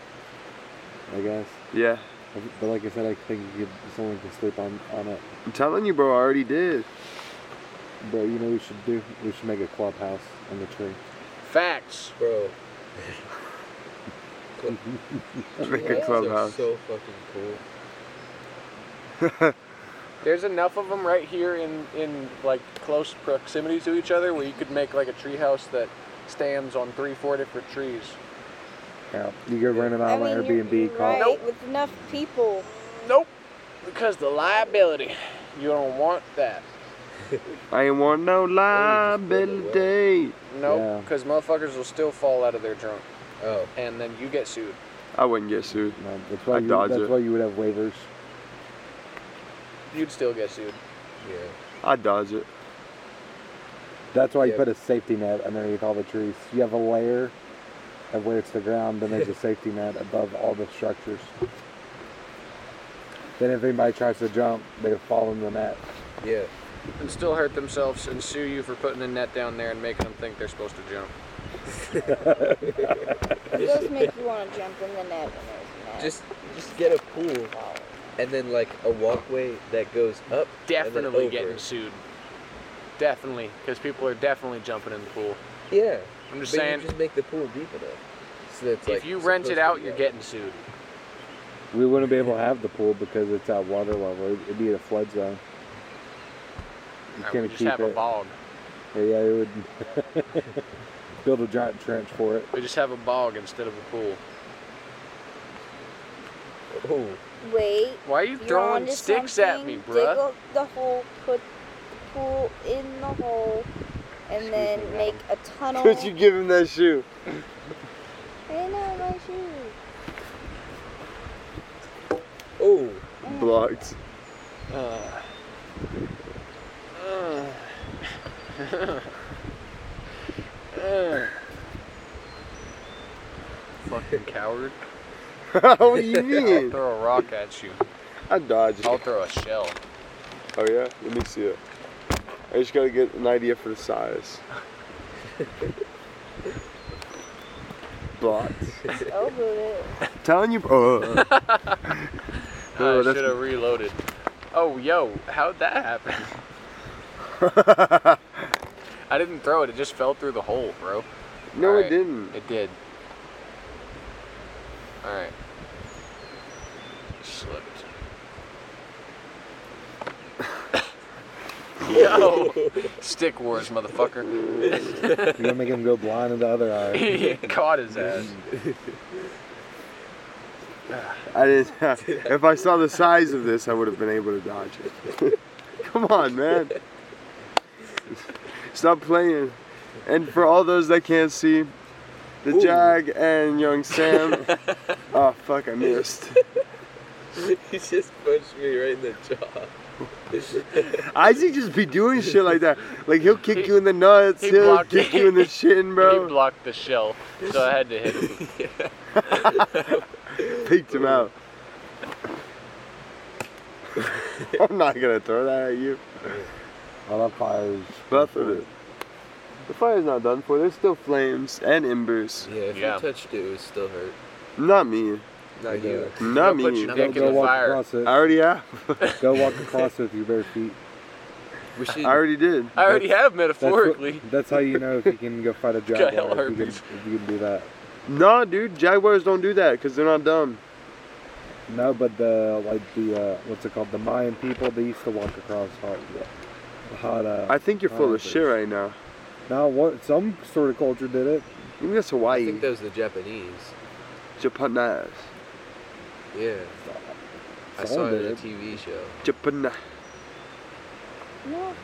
Speaker 6: I guess.
Speaker 2: Yeah.
Speaker 6: But like I said, I think you could, someone could sleep on on it.
Speaker 2: I'm telling you, bro, I already did.
Speaker 6: Bro, you know what we should do? We should make a clubhouse on the tree.
Speaker 1: Facts.
Speaker 5: Bro.
Speaker 2: Make a
Speaker 5: Those are
Speaker 2: clubhouse.
Speaker 5: So fucking cool.
Speaker 1: There's enough of them right here in in like close proximity to each other where you could make like a treehouse that stands on three, four different trees.
Speaker 6: Yeah. You go rent them
Speaker 10: I
Speaker 6: out on
Speaker 10: mean, you're-
Speaker 6: Airbnb.
Speaker 10: you're
Speaker 6: call
Speaker 10: right,
Speaker 1: Nope.
Speaker 10: with enough people.
Speaker 1: Nope. Because the liability. You don't want that.
Speaker 2: I ain't want no
Speaker 5: just put
Speaker 2: liability.
Speaker 1: Nope.
Speaker 6: Yeah.
Speaker 1: Because motherfuckers will still fall out of their drunk,
Speaker 5: Oh,
Speaker 1: and then you get sued.
Speaker 2: I wouldn't get sued.
Speaker 6: No, that's why
Speaker 2: I
Speaker 6: you,
Speaker 2: dodge
Speaker 6: that's
Speaker 2: it.
Speaker 6: why you would have waivers.
Speaker 1: You'd still get sued.
Speaker 5: yeah.
Speaker 2: I'd dodge it.
Speaker 6: That's why you
Speaker 5: Yeah.
Speaker 6: put a safety net underneath all the trees. You have a layer of where it's the ground, then there's a safety net above all the structures. Then if anybody tries to jump, they fall in the net.
Speaker 5: Yeah.
Speaker 1: And still hurt themselves and sue you for putting a net down there and making them think they're supposed to jump.
Speaker 10: It does make you want to jump in the net when there's a net.
Speaker 5: Just just get a pool and then like a walkway that goes up.
Speaker 1: Definitely
Speaker 5: and then over.
Speaker 1: getting sued. Definitely, because people are definitely jumping in the pool.
Speaker 5: Yeah.
Speaker 1: I'm just
Speaker 5: but
Speaker 1: saying,
Speaker 5: You just make the pool deep enough. So that's like
Speaker 1: if you rent
Speaker 5: supposed
Speaker 1: it
Speaker 5: to
Speaker 1: out,
Speaker 5: be
Speaker 1: you're
Speaker 5: out.
Speaker 1: getting sued.
Speaker 6: We wouldn't be able to have the pool because it's at water level. It'd be at a flood zone. You
Speaker 1: Alright, Uh,
Speaker 6: can't
Speaker 1: we just
Speaker 6: keep
Speaker 1: have a
Speaker 6: it.
Speaker 1: bog.
Speaker 6: Yeah, it would build a giant trench for it.
Speaker 1: We just have a bog instead of a pool.
Speaker 5: Oh,
Speaker 10: Wait.
Speaker 1: Why are you
Speaker 10: You're
Speaker 1: throwing
Speaker 10: onto
Speaker 1: sticks at me,
Speaker 10: something. Dig
Speaker 1: bruh?
Speaker 10: up the hole, put the pool in the hole, and then make a tunnel.
Speaker 2: Could you give him that shoe?
Speaker 10: I know my shoe.
Speaker 5: oh.
Speaker 2: Blocked.
Speaker 1: Uh, uh. Fucking coward.
Speaker 2: what do you
Speaker 1: I'll
Speaker 2: mean?
Speaker 1: throw a rock at you.
Speaker 2: I dodged
Speaker 1: I'll
Speaker 2: it.
Speaker 1: throw a shell.
Speaker 2: Oh yeah? Let me see it. I just gotta get an idea for the size. Bots.
Speaker 10: Oh, boo.
Speaker 2: Telling you. Oh, Oh,
Speaker 1: I
Speaker 2: that's-
Speaker 1: should have reloaded. Oh, yo, how'd that happen? I didn't throw it. It just fell through the hole, bro.
Speaker 2: no,
Speaker 1: Alright.
Speaker 2: it didn't.
Speaker 1: It did. All right. Slipped. Yo, stick wars, motherfucker.
Speaker 6: You're gonna make him go blind in the other eye.
Speaker 1: He caught his ass.
Speaker 2: I didn't. if I saw the size of this, I would have been able to dodge it. Come on, man. Stop playing. And for all those that can't see, the Jag and Young Sam. oh fuck! I missed.
Speaker 5: he just punched me right in the jaw.
Speaker 2: Isaac just be doing shit like that. Like he'll kick you in the nuts.
Speaker 1: he
Speaker 2: He'll
Speaker 1: blocked
Speaker 2: kick
Speaker 1: it.
Speaker 2: you in the shin,
Speaker 1: He
Speaker 2: bro.
Speaker 1: blocked the shell, so I had to hit him.
Speaker 2: Peeked him out. I'm not gonna throw that at you.
Speaker 6: Well, that fire is.
Speaker 2: But I threw it. The fire's not done for. There's still flames and embers.
Speaker 5: Yeah, if
Speaker 1: Yeah.
Speaker 5: you touched it, it would still hurt. uh,
Speaker 2: Not me.
Speaker 5: Not you.
Speaker 2: Not
Speaker 1: Don't put
Speaker 2: me.
Speaker 1: your
Speaker 5: Go-
Speaker 1: dick
Speaker 5: go
Speaker 1: in the
Speaker 6: walk
Speaker 1: fire.
Speaker 6: across
Speaker 2: I
Speaker 6: it.
Speaker 2: already have.
Speaker 6: Go walk across it with your bare feet.
Speaker 5: We should.
Speaker 2: I already did.
Speaker 1: I already have
Speaker 6: That's,
Speaker 1: metaphorically.
Speaker 6: what, that's how you know if you can go fight a
Speaker 1: Got hell
Speaker 6: jaguar. If you, can,
Speaker 1: herpes.
Speaker 6: if you can do that.
Speaker 2: No, dude. Jaguars don't do that because they're not dumb.
Speaker 6: No, but the like the uh, what's it called? The Mayan people they used to walk across hot, hot. Uh,
Speaker 2: I think you're full of
Speaker 6: Alright,
Speaker 2: shit right now.
Speaker 6: now what? Some sort of culture did it.
Speaker 2: Maybe that's
Speaker 5: I
Speaker 2: Hawaii.
Speaker 5: think that was the Japanese.
Speaker 2: Japanese.
Speaker 5: Yeah. I
Speaker 6: Someone
Speaker 5: saw it in a
Speaker 6: did.
Speaker 5: TV show.
Speaker 2: Japan.
Speaker 10: No,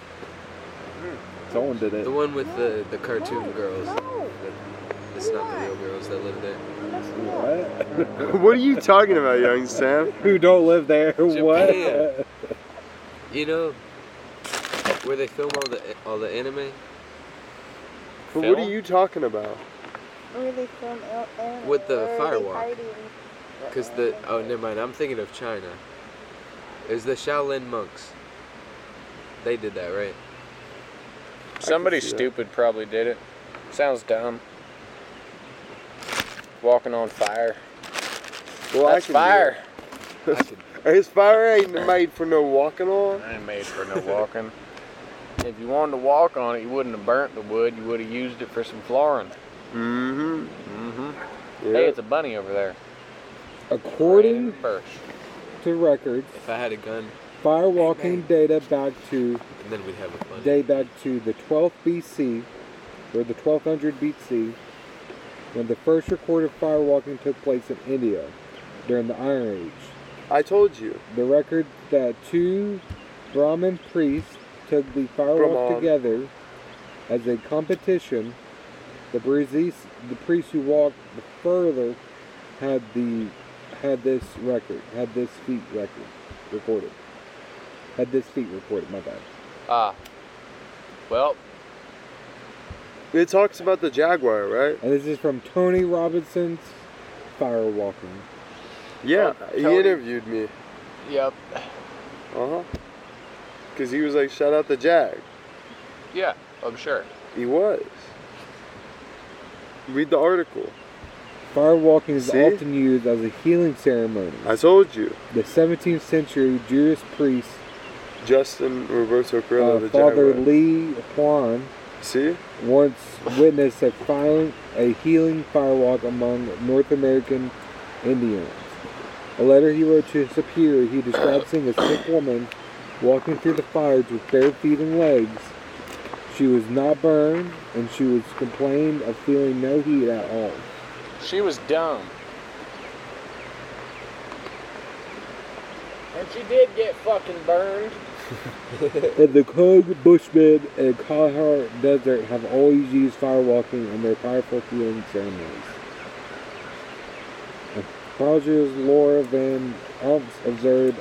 Speaker 6: Someone did it.
Speaker 5: The one with the, the cartoon
Speaker 10: no,
Speaker 5: girls.
Speaker 10: No,
Speaker 5: That, it's not the real girls that live there.
Speaker 10: that's not.
Speaker 6: What?
Speaker 2: what are you talking about, young Sam?
Speaker 6: Who don't live there?
Speaker 5: Japan.
Speaker 6: What?
Speaker 5: You know, where they film all the all the anime.
Speaker 2: But what are
Speaker 1: Phil?
Speaker 2: you talking about?
Speaker 10: Where are they from? El- El-
Speaker 5: With the
Speaker 10: where are they
Speaker 5: firewalk.
Speaker 10: hiding?
Speaker 5: Cause the oh never mind, I'm thinking of China. It was the Shaolin monks. They did that right.
Speaker 1: Somebody
Speaker 2: see that.
Speaker 1: stupid probably did it. Sounds dumb. Walking on fire.
Speaker 2: Well,
Speaker 1: That's
Speaker 2: I can do
Speaker 1: fire.
Speaker 2: that. His fire ain't made for no walking on.
Speaker 1: I ain't made for no walking. if you wanted to walk on it, you wouldn't have burnt the wood. You would have used it for some flooring.
Speaker 2: Mm-hmm.
Speaker 1: Mm-hmm.
Speaker 2: Yeah.
Speaker 1: Hey, it's a bunny over there.
Speaker 6: According
Speaker 1: First.
Speaker 6: to records,
Speaker 5: If I had a gun,
Speaker 6: firewalking data back to
Speaker 5: and then we'd have a fun.
Speaker 6: day back to the 12th BC or the 1200 BC when the first recorded firewalking took place in India during the Iron Age.
Speaker 2: I told you.
Speaker 6: The record that two Brahmin priests took the firewalk
Speaker 2: Brahman.
Speaker 6: together as a competition. The priests, the priests who walked the further had the had this record, had this feat record recorded, had this feat recorded. My bad.
Speaker 1: Ah. Well,
Speaker 2: It talks about the jaguar, right?
Speaker 6: And this is from Tony Robinson's Firewalking.
Speaker 2: Yeah.
Speaker 1: Oh,
Speaker 2: he
Speaker 1: Tony.
Speaker 2: interviewed me.
Speaker 1: yep.
Speaker 2: Uh huh. Cause he was like, shout out the jag.
Speaker 1: Yeah, I'm sure.
Speaker 2: He was. Read the article.
Speaker 6: Firewalking is
Speaker 2: See?
Speaker 6: often used as a healing ceremony.
Speaker 2: I told you.
Speaker 6: The 17th century Jewish priest
Speaker 2: Justin Roberto Carrillo,
Speaker 6: uh,
Speaker 2: the
Speaker 6: Father
Speaker 2: Jaguar.
Speaker 6: Lee Juan
Speaker 2: See?
Speaker 6: once witnessed a, firing, a healing firewalk among North American Indians. A letter he wrote to his superior, he described seeing a sick woman walking through the fires with bare feet and legs. She was not burned, and she was complained of feeling no heat at all.
Speaker 1: She was dumb. And she did get fucking burned.
Speaker 6: And the Kog Bushmen and Kalahar Desert have always used firewalking in their powerful healing ceremonies. Rogers Laura Van Umps observed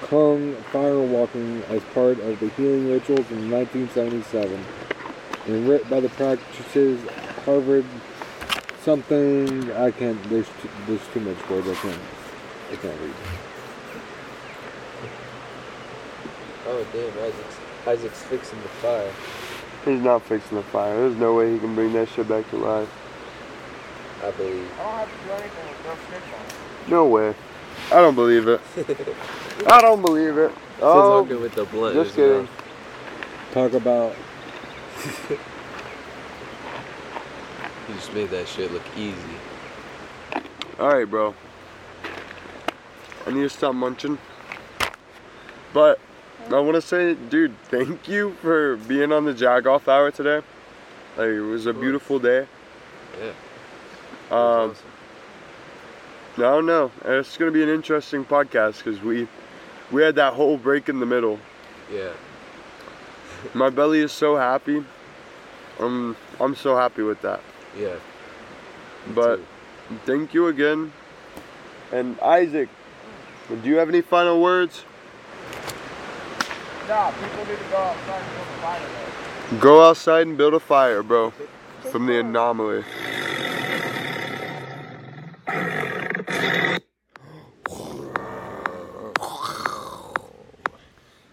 Speaker 6: Kung firewalking as part of the healing rituals in 1977 and writ by the practices Harvard something I can't there's too, there's too much words I can't I can't read.
Speaker 5: Oh damn, Isaac's Isaac's fixing the fire.
Speaker 2: He's not fixing the fire. There's no way he can bring that shit back to life.
Speaker 5: I believe.
Speaker 11: I don't have to do anything with no snitch on it.
Speaker 2: No way. I don't believe it. I don't believe it. Oh,
Speaker 5: all good with the blood.
Speaker 2: just
Speaker 5: isn't it?
Speaker 2: kidding.
Speaker 6: Talk about
Speaker 5: You just made that shit look easy.
Speaker 2: All right, bro. I need to stop munching. But I want to say, dude, thank you for being on the jag off hour today. Like, it was a beautiful day.
Speaker 5: Yeah.
Speaker 2: Um,
Speaker 5: That's
Speaker 2: I don't know. It's gonna be an interesting podcast because we we had that whole break in the middle.
Speaker 5: awesome. Yeah.
Speaker 2: My belly is so happy. I'm I'm so happy with that.
Speaker 5: Yeah. me
Speaker 2: But
Speaker 5: too.
Speaker 2: thank you again. And Isaac, do you have any final words?
Speaker 11: Nah, people need to go outside and go to fire though.
Speaker 2: Go outside and build a fire, bro. From the anomaly.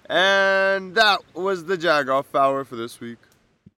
Speaker 2: And that was the Jag Off Hour for this week.